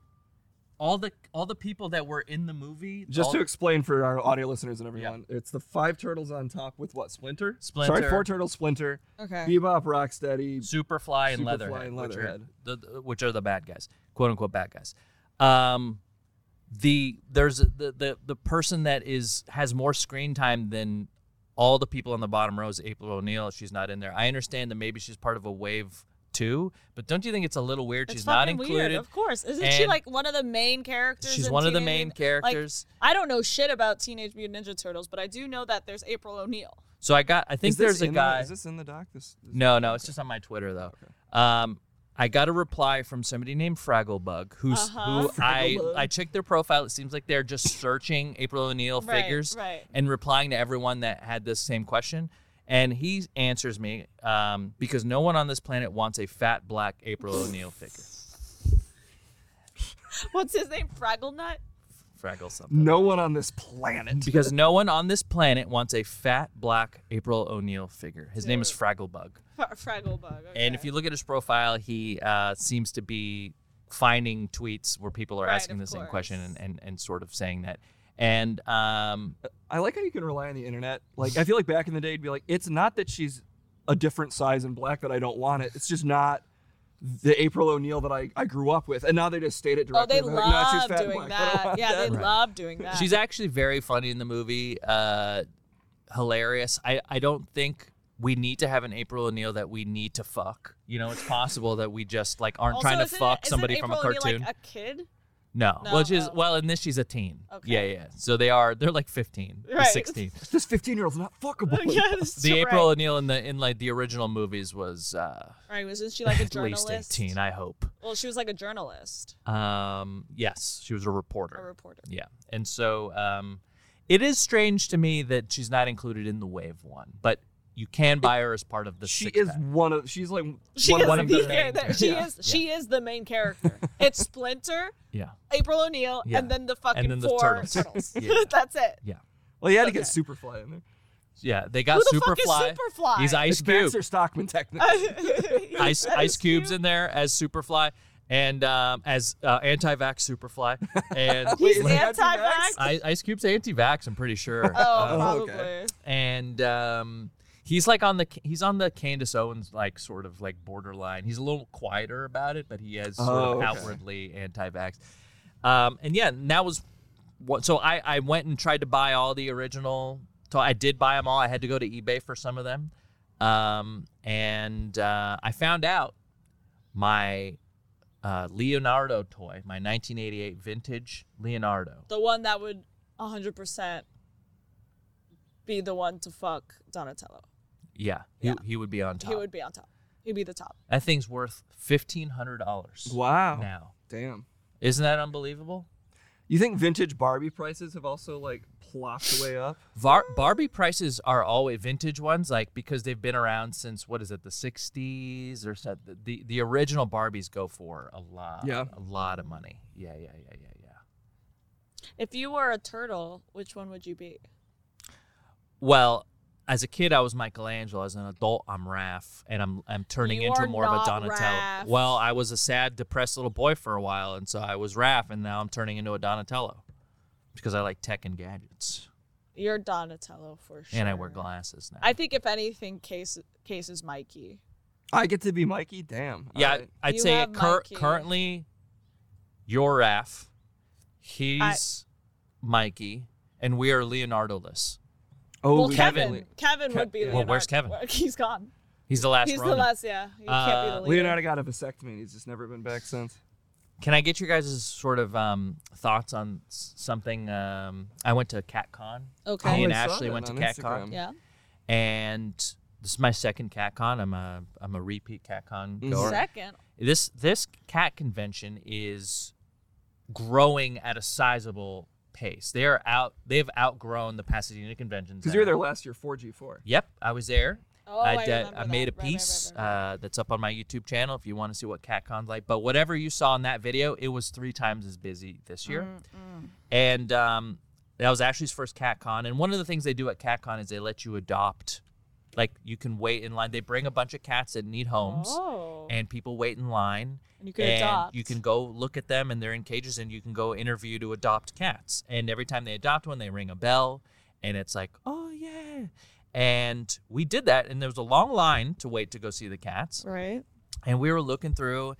all the, all the people that were in the movie. Just all- to explain for our audio listeners and everyone, it's the five turtles on top with what? Splinter? Splinter. Sorry, four turtles, Splinter, Okay. Bebop, Rocksteady. Superfly and Superfly Leatherhead, and Leatherhead. Which, are the- the, which are the bad guys, quote unquote bad guys. Um, the there's the, the the person that is has more screen time than all the people on the bottom rows. April O'Neil, she's not in there. I understand that maybe she's part of a wave two, but don't you think it's a little weird It's she's not fucking weird, included? Of course, isn't she and- like one of the main characters? She's in one of the Teenage main Mut- characters. Like, I don't know shit about Teenage Mutant Ninja Turtles, but I do know that there's April O'Neil. So I got I think Is this there's a in guy. The, is this in the doc? This, this- No, no, it's just on my Twitter though. Um, I got a reply from somebody named Fragglebug, who's Uh-huh. who I I checked their profile. It seems like they're just searching April O'Neil Right, figures right. and replying to everyone that had this same question. And he answers me um, because no one on this planet wants a fat black April O'Neil figure. What's his name? Fraggle Nut. Fraggle something. No one on this planet. Because no one on this planet wants a fat black April O'Neil figure. His name is Fragglebug. Fra- Fragglebug. Okay. And if you look at his profile, he uh, seems to be finding tweets where people are Right, asking of the same question course. and, and, and sort of saying that. And um, I like how you can rely on the internet. Like, I feel like back in the day, it'd be like, it's not that she's a different size and black that I don't want it. It's just not the April O'Neil that I, I grew up with. And now they just state it oh, they directly. They're like, "Nah, she's love fat and doing black. I don't that. want Yeah, they that." love doing that. she's actually very funny in the movie, uh, hilarious. I, I don't think we need to have an April O'Neil that we need to fuck. You know, it's possible that we just like aren't Also, trying to isn't it- fuck isn't somebody April from a O'Neil, cartoon. Like a kid. no. No, well, she's oh. well in this she's a teen. Okay. Yeah, yeah. So they are they're like 15, or Right. 16. This 15 year old's not fuckable. yes. The right. April O'Neil in the in like the original movies was uh, Right. Wasn't she like a at least journalist? 18, I hope. Well, she was like a journalist, Um, yes, she was a reporter. a reporter. yeah, and so um, it is strange to me that she's not included in the Wave One, but you can buy her as part of the. She six is pack. one of, she's like She one, is one the, of main the main. character. She Yeah. is she is the main character. it's Splinter, Yeah, April O'Neil, Yeah. and then the fucking then the four turtles. Yeah. That's it. yeah, Well, you had to get Superfly in there. yeah. They got Who the fuck is Superfly. Superfly? He's Ice It's Cube. Baxter Stockman, technically. Ice Ice Cube's in there as Superfly, and um, as uh, anti-vax Superfly, and He's Wait, is he anti-vax. I, anti-vax? Ice Cube's anti-vax. I'm pretty sure. Oh, Uh, probably. okay. and um, he's like on the he's on the Candace Owens like sort of like borderline. He's a little quieter about it, but he is sort Oh, of okay. outwardly anti-vax. Um, and yeah, and that was what. So I I went and tried to buy all the original. So I did buy them all. I had to go to eBay for some of them, um, and uh, I found out my. Uh, Leonardo toy, my 1988 vintage Leonardo. The one that would 100% be the one to fuck Donatello. Yeah, he, Yeah. he would be on top. He would be on top. He'd be the top. That thing's worth fifteen hundred dollars wow. now. Damn. Isn't that unbelievable? You think vintage Barbie prices have also like plopped way up? Var- Barbie prices are always vintage ones, like because they've been around since what is it, the '60s or so. The the, the original Barbies go for a lot, Yeah. a lot of money. Yeah, yeah, yeah, yeah, yeah. If you were a turtle, which one would you be? Well, as a kid, I was Michelangelo. As an adult, I'm Raph, and I'm I'm turning You into are more of a not Donatello. Raph. Well, I was a sad, depressed little boy for a while, and so I was Raph, and now I'm turning into a Donatello because I like tech and gadgets. You're Donatello for sure. And I wear glasses now. I think if anything, case case is Mikey. I get to be Mikey. Damn. yeah, All right. I'd Uh, You say have cur- Mikey. currently you're Raph, he's Mikey, and we are Leonardo-less. Oh, well, we Kevin. definitely- Kevin would be. Ke- Well, Leonardo. where's Kevin? He's gone. He's the last He's the Ronin. last. Yeah, he can't be Uh, the leader. Leonardo got a vasectomy. and He's just never been back since. Can I get your guys' sort of um, thoughts on s- something? Um, I went to CatCon. Okay. Me and I saw Ashley that went to on CatCon. Instagram. Yeah. And this is my second CatCon. I'm a I'm a repeat CatCon goer. Second. this this cat convention is growing at a sizable pace. They are out. They have outgrown the Pasadena convention. Because you were there last year, 4G4. Yep, I was there. Oh, I did- remember I made that. a Right, right, piece right, right, Uh, that's up on my YouTube channel if you want to see what CatCon's like. But whatever you saw in that video, it was three times as busy this year. Mm-hmm. And um, that was Ashley's first CatCon. And one of the things they do at CatCon is they let you adopt Like you can wait in line. They bring a bunch of cats that need homes, Oh. and people wait in line. And you can and adopt. You can go look at them, and they're in cages, and you can go interview to adopt cats. And every time they adopt one, they ring a bell, and it's like, oh yeah. And we did that, and there was a long line to wait to go see the cats right. and we were looking through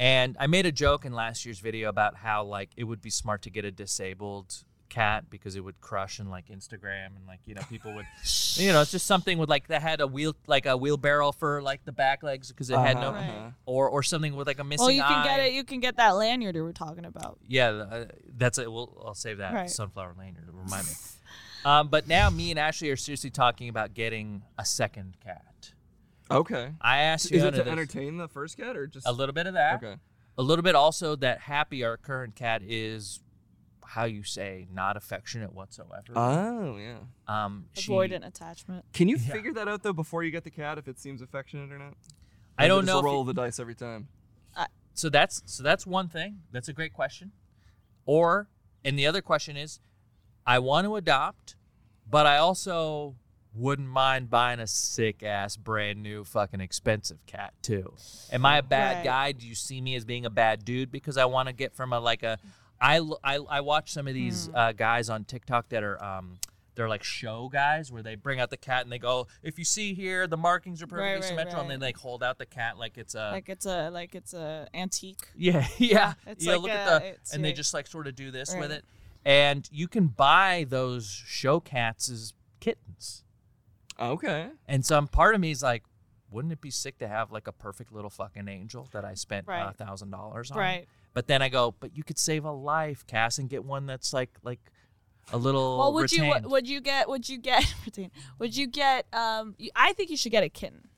and i made a joke in last year's video about how like it would be smart to get a disabled cat because it would crush and like instagram and like you know people would you know it's just something with like that had a wheel like a wheelbarrow for like the back legs because it had no Uh-huh. Right. or or something with like a missing Well, you can eye get it. You can get that lanyard you were talking about. yeah, uh, that's it. We'll, I'll save that Right. sunflower lanyard. Remind me. um, but now me and Ashley are seriously talking about getting a second cat. Okay. I asked Is Fiona it to this- entertain the first cat or just a little bit of that. Okay. A little bit also that Happy, our current cat, is how you say not affectionate whatsoever. Oh yeah. um, she- Avoidant attachment. Can you figure that out though before you get the cat if it seems affectionate or not? I Or don't is it just know. A if roll you- of the dice every time. so that's so that's one thing. That's a great question. Or and the other question is, I want to adopt, but I also wouldn't mind buying a sick ass brand new fucking expensive cat too. Am I a bad Right. guy? Do you see me as being a bad dude because I want to get from a like a I l- I, I watch some of these Hmm. uh, guys on TikTok that are um they're like show guys where they bring out the cat and they go if you see here the markings are perfectly Right, right, symmetrical and right. they like hold out the cat like it's a Like it's a like it's a antique. yeah, yeah. it's yeah, like look a- at the it's and they like- just like sort of do this Right. with it. And you can buy those show cats as kittens. Okay. And some part of me is like, wouldn't it be sick to have like a perfect little fucking angel that I spent a Right. thousand dollars on? Right. But then I go, but you could save a life, Cass, and get one that's like like a little Well, would you retained. would- would you get would you get retained? would you get um? you- I think you should get a kitten.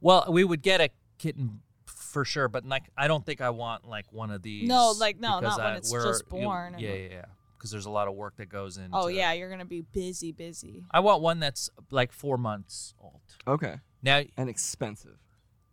well, we would get a kitten for sure, but like I don't think I want like one of these. like, no, because not when I- it's we're- just you- born and- Yeah, yeah, yeah. Because there's a lot of work that goes into Oh yeah, you're gonna be busy, busy. I want one that's like four months old. Okay. Now, And expensive.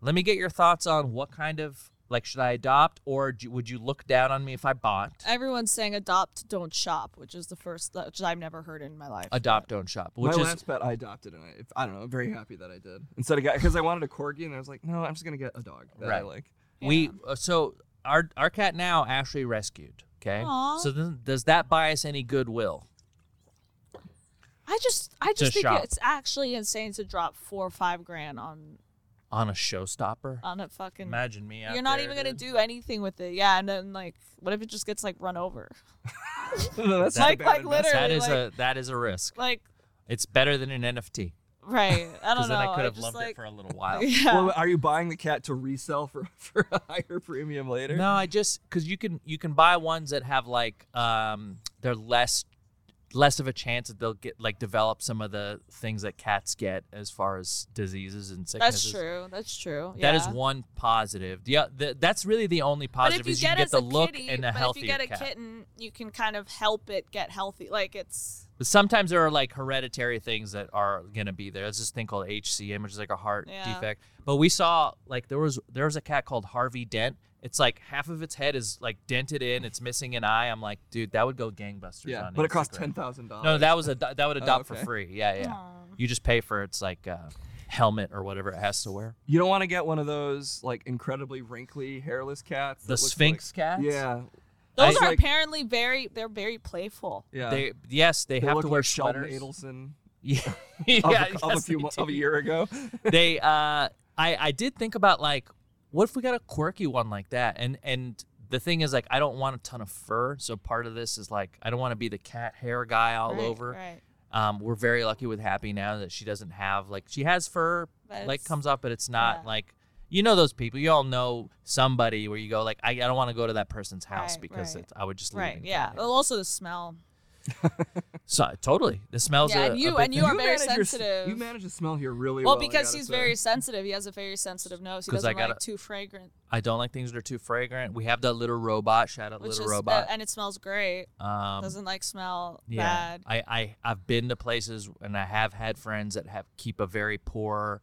let me get your thoughts on what kind of like should I adopt, or do, would you look down on me if I bought? Everyone's saying adopt, don't shop, which is the first which I've never heard in my life. Adopt, don't shop, which My is last pet I adopted, and I, if- I don't know. I'm very happy that I did. Instead of because I wanted a corgi, and I was like, no, I'm just gonna get a dog that I Right. like. we. Uh, so our our cat now Ashley rescued. Okay, Aw. so then, does that buy us any goodwill? I just I just think shop. it's actually insane to drop four or five grand on On a showstopper, on a fucking. imagine me. out Um, you're not there, even gonna dude. do anything with it, yeah. And then like, what if it just gets like run over? No, that's Like- not a like bad investment. literally- That is like- a that is a risk. Like, It's better than an NFT right? I don't because know. then I could have just, loved like, it for a little while. Yeah. Well, are you buying the cat to resell for, for a higher premium later? No, I just because you can you can buy ones that have like um they're less less of a chance that they'll get like develop some of the things that cats get as far as diseases and sicknesses. That's true. That's true. That is yeah. one positive. Yeah, the, that's really the only But positive if you is you can get, get as the a look kitty, and a but if healthy you get a cat. kitten, you can kind of help it get healthy. Like it's But sometimes there are like hereditary things that are gonna be there. There's this thing called HCM, which is like a heart Yeah. defect. But we saw like there was there was a cat called Harvey Dent. It's like half of its head is like dented in. It's missing an eye. I'm like, dude, that would go gangbusters. Yeah, on but it costs Instagram. ten thousand dollars. No, that was a that would adopt okay. for free. Yeah, yeah. You just pay for its like uh, helmet or whatever it has to wear. You don't want to get one of those like incredibly wrinkly, hairless cats. that The looks like- Sphinx cats. Yeah, those I- are like- apparently very they're very playful. yeah. They yes, they, They have look to wear like Sheldon sweaters. Adelson Yeah, of, yeah a, of a yes, few they mo- of a do. year ago. they uh I I did think about like what if we got a quirky one like that and and the thing is like I don't want a ton of fur so part of this is like I don't want to be the cat hair guy all Right, over Right. um we're very lucky with Happy now that she doesn't have like she has fur But like it's- comes up but it's not yeah. like you know those people you all know somebody where you go like I, I don't want to go to that person's house Right, because right. It's, I would just leave Right. and Yeah. Oh. come Well, here. also the smell. so totally the smells Yeah, a- and a you- big and you thing. are very manage your s- sensitive. you manage to smell here really Well, well. I because gotta he's say. very sensitive. He has a very sensitive nose. He 'Cause I doesn't gotta- like too fragrant, I don't like things that are too fragrant we have that little robot shout out which little is robot and it smells great. um doesn't like smell Yeah, bad. I, I I've been to places and I have had friends that have keep a very poor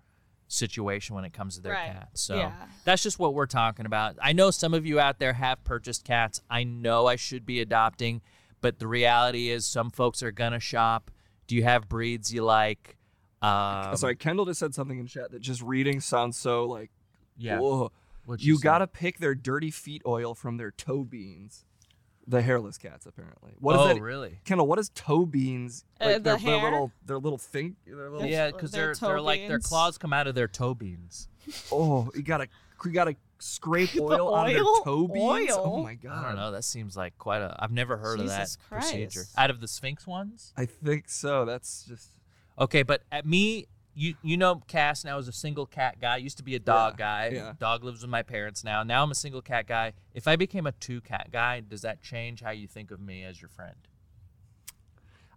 situation when it comes to their Right. cats. So Yeah. that's just what we're talking about. I know some of you out there have purchased cats. I know I should be adopting, but the reality is some folks are gonna shop. Do you have breeds you like? Um, Sorry, Kendall just said something in chat that just reading sounds so like, Yeah. whoa. what'd You say? gotta pick their dirty feet oil from their toe beans. The hairless cats, apparently. What is oh, that? really? Kendall, what is toe beans? Uh, Like the their, their hair? little, their little thing. Their little, Yeah, because their they're toe they're like their beans. claws come out of their toe beans. Oh, you gotta, you gotta scrape oil, on their oil? toe beans. Oh Oil? my god. I don't know. That seems like quite a. I've never heard Jesus of that procedure. Christ. Out of the Sphinx ones. I think so. That's just. Okay, but at me, you you know, Cass now is a single cat guy. Used to be a dog guy. yeah. Dog lives with my parents now. Now I'm a single cat guy. If I became a two cat guy, does that change how you think of me as your friend?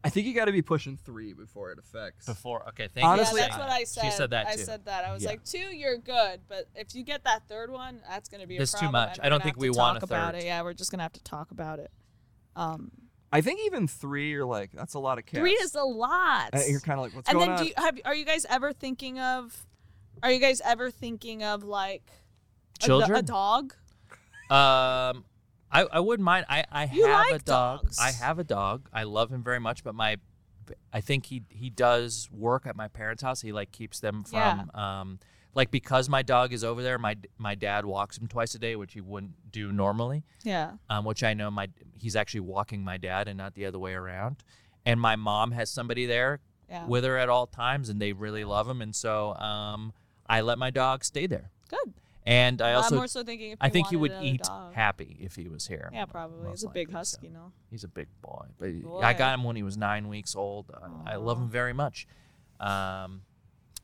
I think you gotta be pushing three before it affects. Before, okay, thank Honestly- you. yeah, for saying that's what that. I said. She said that I too. said that. I was Yeah. like, two, you're good, but if you get that third one, that's gonna be. That's a too problem, much. and I we're don't gonna think have we to want talk a about third. it. Yeah, we're just gonna have to talk about it. Um, I think even three, you're like, that's a lot of cats. three is a lot. And you're kind of like, what's and going then on? do you, have are you guys ever thinking of? Are you guys ever thinking of like a do- Children? a dog? Um, I, I wouldn't mind. I, I You have like a dog. dogs. I have a dog. I love him very much, but my, I think he he does work at my parents' house. He like keeps them from um like because my dog is over there. My my dad walks him twice a day, which he wouldn't do normally. Yeah. Um, which I know my he's actually walking my dad and not the other way around. And my mom has somebody there Yeah. with her at all times, and they really love him. And so um, I let my dog stay there. Good. And I also I'm more so thinking. If I think he wanted would another eat Dog. happy if he was here. yeah, probably. most He's a big likely, so. husky, no? He's a big boy, but he- I Boy. got him when he was nine weeks old. I, I love him very much. Um,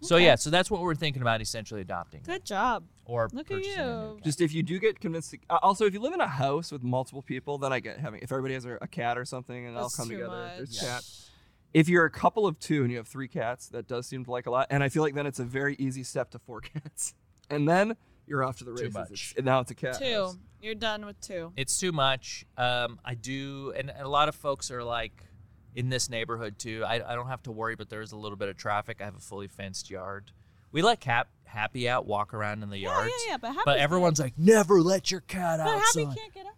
so Okay. yeah, so that's what we're thinking about essentially adopting Good job. or Look at purchasing. a new you. cat. Just if you do get convinced. To, uh, also, if you live in a house with multiple people, then I get having. If everybody has a, a cat or something, and That's I'll come too together. if much. There's chat. If you're a couple of two and you have three cats, that does seem like a lot. And I feel like then it's a very easy step to four cats, and then you're off to the races. much. It's- and now it's a cat. house. uh, Two. You're done with two. It's too much. Um, I do, and a lot of folks are like in this neighborhood too. I, I don't have to worry, but there is a little bit of traffic. I have a fully fenced yard. We let Cap Happy out, walk around in the Yeah, yeah, yards. yeah. But happy. But everyone's like, never let your cat But outside. happy can't get up.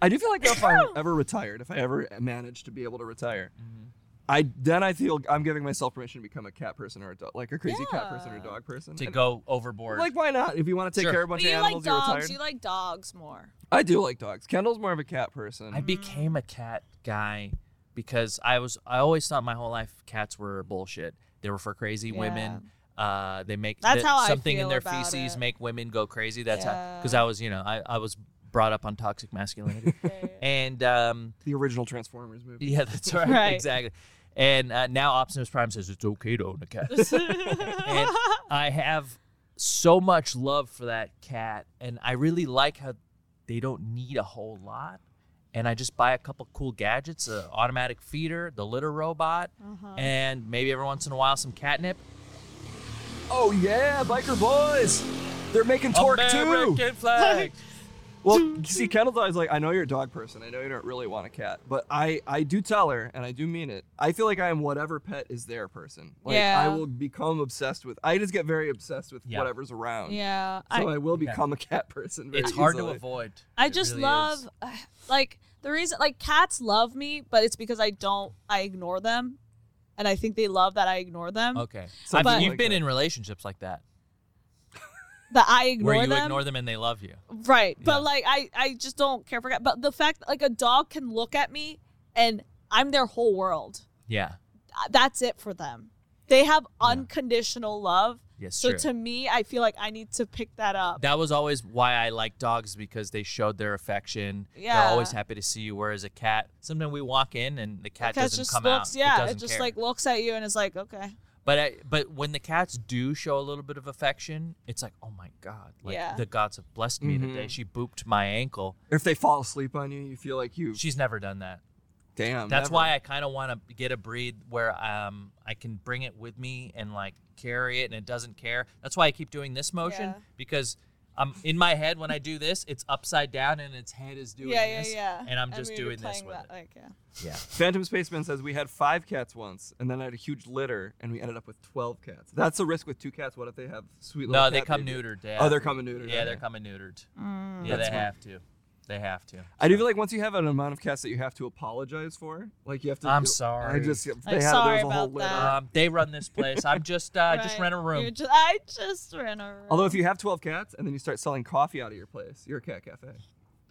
I do feel like if I'm ever retired, if I ever manage to be able to retire, Mm-hmm. I then I feel I'm giving myself permission to become a cat person or a dog, like a crazy cat person or a Yeah. dog person. to And- go overboard. Like why not? If you want to take Sure. care of a bunch But you of like animals, you're dogs. retired. You like dogs more. I do like dogs. Kendall's more of a cat person. mm. I became a cat guy because I was I always thought my whole life cats were bullshit. They were for crazy women. Uh, they make That's that- how I something in feel their about feces it. make women go crazy. That's how because Yeah. I was you know I, I was brought up on toxic masculinity Right. and um, the original Transformers movie. yeah that's right, Right. exactly. And uh, now Optimus Prime says it's okay to own a cat. and I have so much love for that cat, and I really like how they don't need a whole lot. And I just buy a couple cool gadgets, an automatic feeder, the litter robot, Uh-huh. and maybe every once in a while some catnip. Oh yeah, biker boys. They're making torque too. American flag. Well, see, Kendall's always like, I know you're a dog person. I know you don't really want a cat, but I, I do tell her, and I do mean it. I feel like I am whatever pet is there person. Like I Yeah. will become obsessed with. I just get very obsessed with Yeah. whatever's around. Yeah. So I, I, will become a cat person. Very it's hard to easily. avoid. I It just really is. love, uh, like, the reason, like, cats love me, but it's because I don't, I ignore them. And I think they love that I ignore them. Okay, I Something mean, you've like been that. in relationships like that That I ignore where you them. ignore them and they love you. Right. Yeah. But like I I just don't care for cat. But the fact like a dog can look at me and I'm their whole world. Yeah. Uh, That's it for them. They have unconditional love. Yes, So true. to me, I feel like I need to pick that up. That was always why I like dogs because they showed their affection. They're always Yeah. happy to see you. Whereas a cat, sometimes we walk in and the cat Cat doesn't just come looks, out. yeah, doesn't just care. like looks at you and is like, okay, But I, but when the cats do show a little bit of affection, it's like, oh my god, like Yeah. the gods have blessed me today. She booped my ankle. Or if they fall asleep on you, you feel like you. She's never done that. damn. That's never. why I kind of want to get a breed where um I can bring it with me and like carry it and it doesn't care. That's why I keep doing this motion Yeah. because I'm in my head when I do this, it's upside down and its head is doing yeah, yeah, this, yeah. and I'm I just mean, you're doing this playing with that, it. Like, yeah. Yeah. Phantom Spaceman says we had five cats once, and then I had a huge litter, and we ended up with twelve cats. That's the risk with two cats. What if they have sweet? No, little they cat come babies? neutered. They Oh, have they're to. coming neutered. Yeah, they're okay. Mm. coming neutered. yeah, they That's fine. have to. They have to. I do feel like once you have an amount of cats that you have to apologize for, like you have to. I'm do- I sorry. just they had sorry there was a whole about litter. that. Um, they run this place. I'm just uh, just Right. rent a room. You're ju- I just ran a room. Although if you have 12 cats and then you start selling coffee out of your place, you're a cat cafe.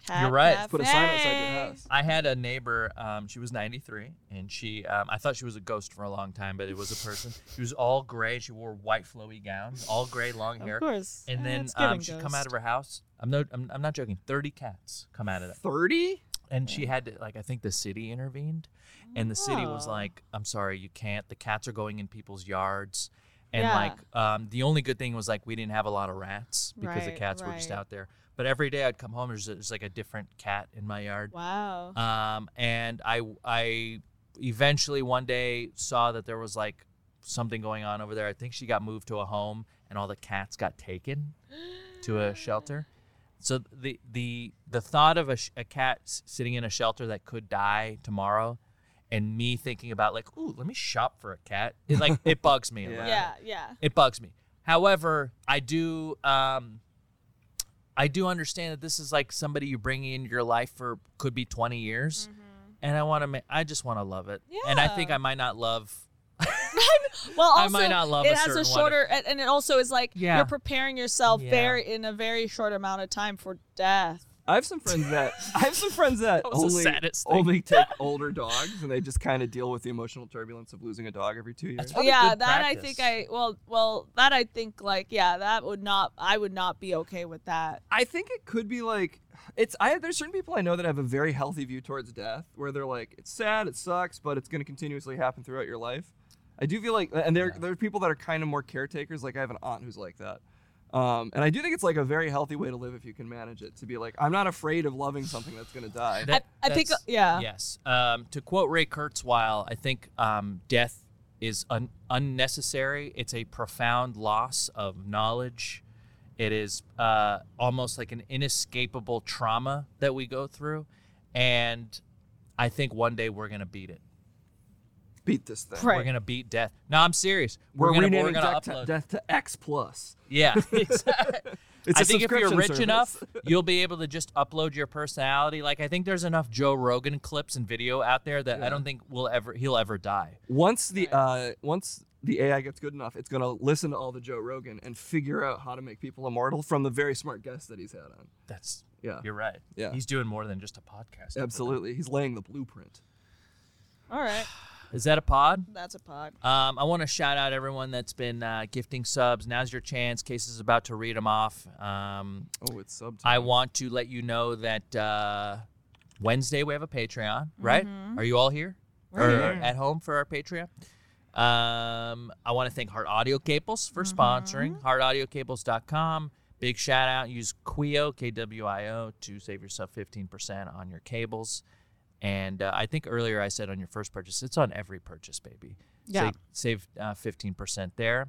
Cat You're right. cafe. Put a sign outside your house. I had a neighbor. Um, she was 93, and she. Um, I thought she was a ghost for a long time, but it was a person. She was all gray. She wore white flowy gowns, all gray, long hair. Of course. And then It's um, giving she'd come out of ghost. her house. I'm no, I'm, I'm not joking. Thirty cats come out of that, 30? and she had to, like I think the city intervened, and the city was Oh. like, "I'm sorry, you can't. The cats are going in people's yards." And Yeah. like um, the only good thing was like we didn't have a lot of rats because the Right, cats were just right. out there. But every day I'd come home, there's, there's like a different cat in my yard. Wow. Um, and I I eventually one day saw that there was like something going on over there. I think she got moved to a home, and all the cats got taken to a shelter. So the the the thought of a, sh- a cat s- sitting in a shelter that could die tomorrow, and me thinking about like, ooh, let me shop for a cat. It like it bugs me. a little. Yeah. yeah, yeah. It bugs me. However, I do um I do understand that this is like somebody you bring into your life for could be 20 years. And I want to make I just want to love it. And I think Yeah. I might not love Well, also, I might not love it a has a certain one. shorter, and- and it also is like Yeah. you're preparing yourself Yeah. very in a very short amount of time for death. I have some friends that I have some friends that, That was the only saddest thing. only take older dogs and they just kind of deal with the emotional turbulence of losing a dog every two years. That's probably yeah, good that I practice. think I well, well, that I think like yeah, that would not, I would not be okay with that. I think it could be like it's I there's certain people I know that have a very healthy view towards death where they're like it's sad, it sucks, but it's going to continuously happen throughout your life. I do feel like and there there are people that are kind of more caretakers like I have an aunt who's like that. Um, and I do think it's like a very healthy way to live if you can manage it to be like I'm not afraid of loving something that's going to die. that. I think, that's- yeah. Yes. Um, to quote Ray Kurzweil, I think um, death is un- unnecessary. It's a profound loss of knowledge. It is uh, almost like an inescapable trauma that we go through, and I think one day we're gonna beat it. Beat this thing. Right. We're gonna beat death. No, I'm serious. We're, We're, gonna we're renaming gonna death, to, upload. death to X plus. Yeah, exactly. It's I a think if you're subscription rich service. enough, you'll be able to just upload your personality. Like I think there's enough Joe Rogan clips and video out there that I don't think will ever he'll ever die. Once the uh, once the AI gets good enough, it's gonna listen to all the Joe Rogan and figure out how to make people immortal from the very smart guests that he's had on. That's Yeah, you're right. Yeah. He's doing more than just a podcast. absolutely. He's laying the blueprint. All right, Is that a pod? that's a pod. Um, I want to shout out everyone that's been uh, gifting subs. Now's your chance. Case is about to read them off. Um, Oh, it's sub. I want to let you know that uh, Wednesday we have a Patreon, right? Are you all here? or at home for our Patreon? Um, I want to thank Heart Audio Cables for Mm-hmm. sponsoring. HeartAudioCables.com. Big shout out. Use Quio, K W I O, to save yourself 15% on your cables. And uh, I think earlier I said on your first purchase, it's on every purchase, baby. Yeah. Save, save uh, 15% there.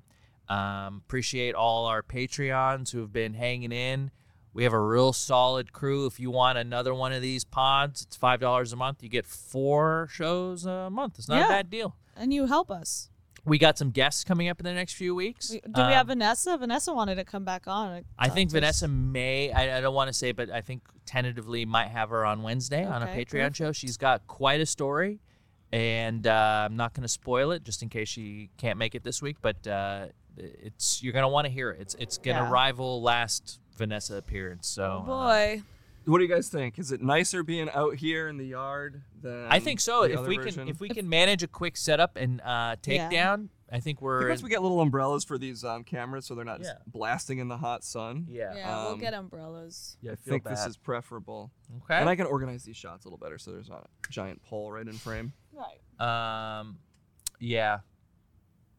Um, appreciate all our Patreons who have been hanging in. We have a real solid crew. If you want another one of these pods, it's $5 a month. You get four shows a month. It's not a Yeah. bad deal. And you help us. We got some guests coming up in the next few weeks. We, do we have Vanessa? Vanessa wanted to come back on. and Um, I talk think to us. Vanessa may, I, I don't want to say, but I think tentatively might have her on Wednesday on a Okay, Patreon show. She's got quite a story, and uh, I'm not going to spoil it just in case she can't make it this week, but uh, it's you're going to want to hear it. It's, it's going to Yeah. rival last Vanessa appearance. So, Oh, uh, boy, What do you guys think? Is it nicer being out here in the yard than? I think so. the If other we version? can, if we can manage a quick setup and uh, Yeah. takedown, I think I think we're. once in- we get little umbrellas for these um, cameras, so they're not Yeah. just blasting in the hot sun. yeah. yeah, we'll Um, get umbrellas. Yeah, I feel think this that. is preferable, okay. and I can organize these shots a little better, so there's not a giant pole right in frame. Right. Um, yeah,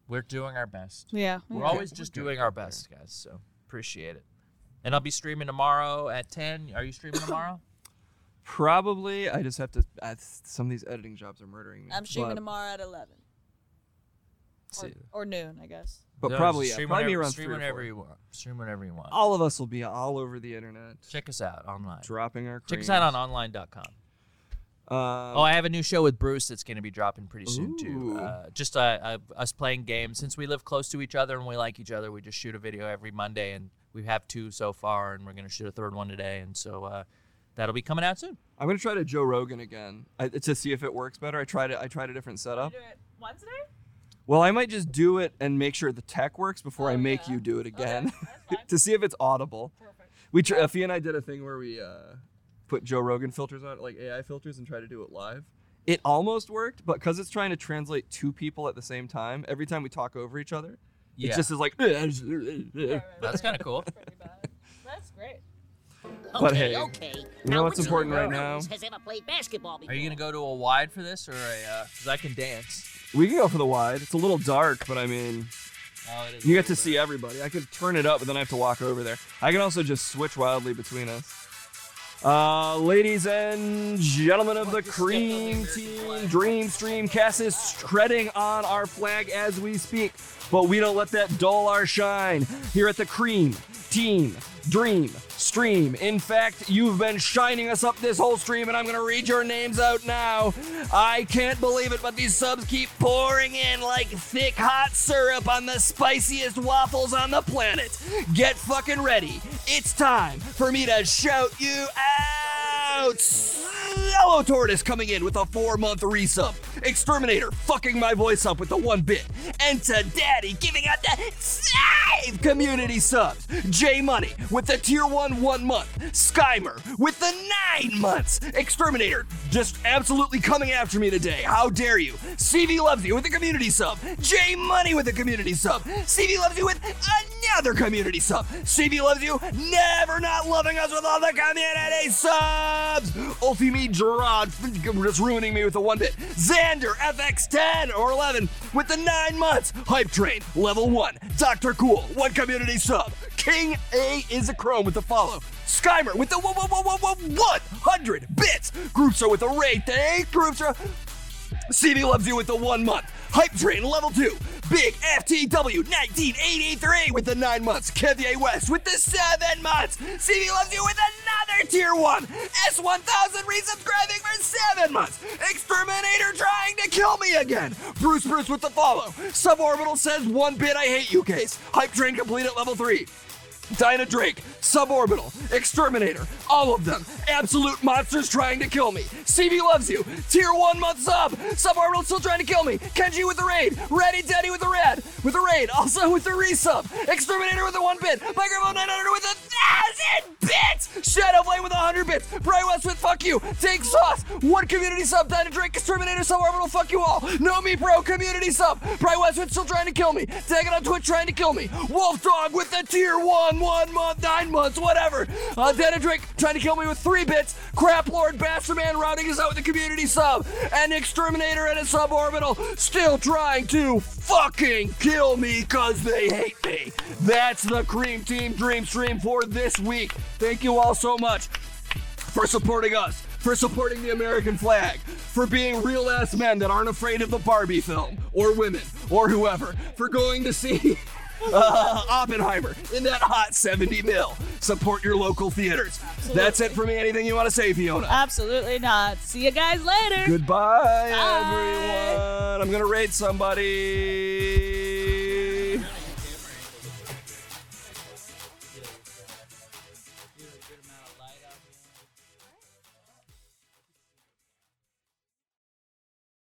we're doing our best. Yeah. We're yeah. always just doing our best, guys. So appreciate it. And I'll be streaming tomorrow at ten. Are you streaming tomorrow? Probably. I just have to. I, some of these editing jobs are murdering me. I'm streaming but, tomorrow at eleven or, See. or noon, I guess. But No, probably, yeah, stream probably whenever, around stream three or whenever four. you want. Stream whenever you want. All of us will be all over the internet, Check us out online. dropping our. Check Creams. us out on online.com. Um, Oh, I have a new show with Bruce that's going to be dropping pretty soon too. Ooh. Uh, just uh, uh, us playing games. Since we live close to each other and we like each other, we just shoot a video every Monday, and we have two so far, and we're going to shoot a third one today. And so uh, That'll be coming out soon. I'm gonna try to Joe Rogan again I, to see if it works better. I tried it. I tried a different setup. Do it Wednesday? Well, I might just do it and make sure the tech works before I make you do it again to see if it's audible. We tr- uh, Fee and I did a thing where we uh, put Joe Rogan filters on, it, like AI filters, and try to do it live. It almost worked, but because it's trying to translate two people at the same time, every time we talk over each other, Yeah. it just eh, is like. That's kind of cool. That's great. But hey, okay. know what's which important one of right now? those Has ever played basketball before? Are you gonna go to a wide for this or a? Because I can dance. we can go for the wide. It's a little dark, but I mean, Oh, it is you get to see everybody. I could turn it up, but then I have to walk over there. I can also just switch wildly between us. Uh, ladies and gentlemen of the Cream Team, Dream Stream Cast is treading on our flag as we speak, but we don't let that dull our shine. Here at the Cream Team, Dream Stream. In fact, you've been shining us up this whole stream, and I'm gonna read your names out now. I can't believe it, but these subs keep pouring in like thick hot syrup on the spiciest waffles on the planet. Get fucking ready. It's time for me to shout you out. Yellow Tortoise coming in with a four month resub. Exterminator fucking my voice up with the one bit. Enta Daddy giving out the save community subs. J Money with the tier one one month. Skymer with the nine months. Exterminator just absolutely coming after me today. How dare you? CV loves you with a community sub. J Money with a community sub. CV loves you with another community sub. CV loves you, never not loving us with all the community subs. Ulfie me Gerard just ruining me with the one bit. Xander FX10 or 11 with the nine months. Hype Train level one. Doctor Cool one community sub. King A is a chrome with the follow. Skymer with the whoa whoa whoa whoa whoa 100 bits. Groupser with a rate. Thank Groupser. CD loves you with the one month. Hype Train level two. Big FTW 1983 with the nine months. Kevye West with the seven months. CD loves you with another tier one. S1000 resubscribing for seven months. Exterminator trying to kill me again. Bruce Bruce with the follow. Suborbital says one bit I hate you case. Hype Train complete at level three. Dinah Drake, Suborbital, Exterminator, all of them. Absolute monsters trying to kill me. CV loves you. Tier one month sub. Suborbital still trying to kill me. Kenji with the raid. Ready Daddy with the red. With the raid. Also with the resub. Exterminator with the one bit. Microphone 900 with a thousand bits. Shadow Flame with a hundred bits. Bray West with fuck you. Take sauce. One community sub. Dinah Drake, Exterminator, Suborbital, fuck you all. Know me, bro. Community sub. Bray Westwood still trying to kill me. Tag it on Twitch trying to kill me. Wolf Dog with the tier one, one month, nine months, whatever. Uh, Dana Drake trying to kill me with three bits. Crap Lord Bastardman routing us out with the community sub. And Exterminator and a suborbital still trying to fucking kill me because they hate me. That's the Cream Team Dream Stream for this week. Thank you all so much for supporting us, for supporting the American flag, for being real ass men that aren't afraid of the Barbie film, or women, or whoever, for going to see uh, Oppenheimer in that hot 70 mil. Support your local theaters. That's it for me. Anything you want to say, Fiona? Uh, Absolutely not. See you guys later. Goodbye, Bye. everyone. I'm going to raid somebody.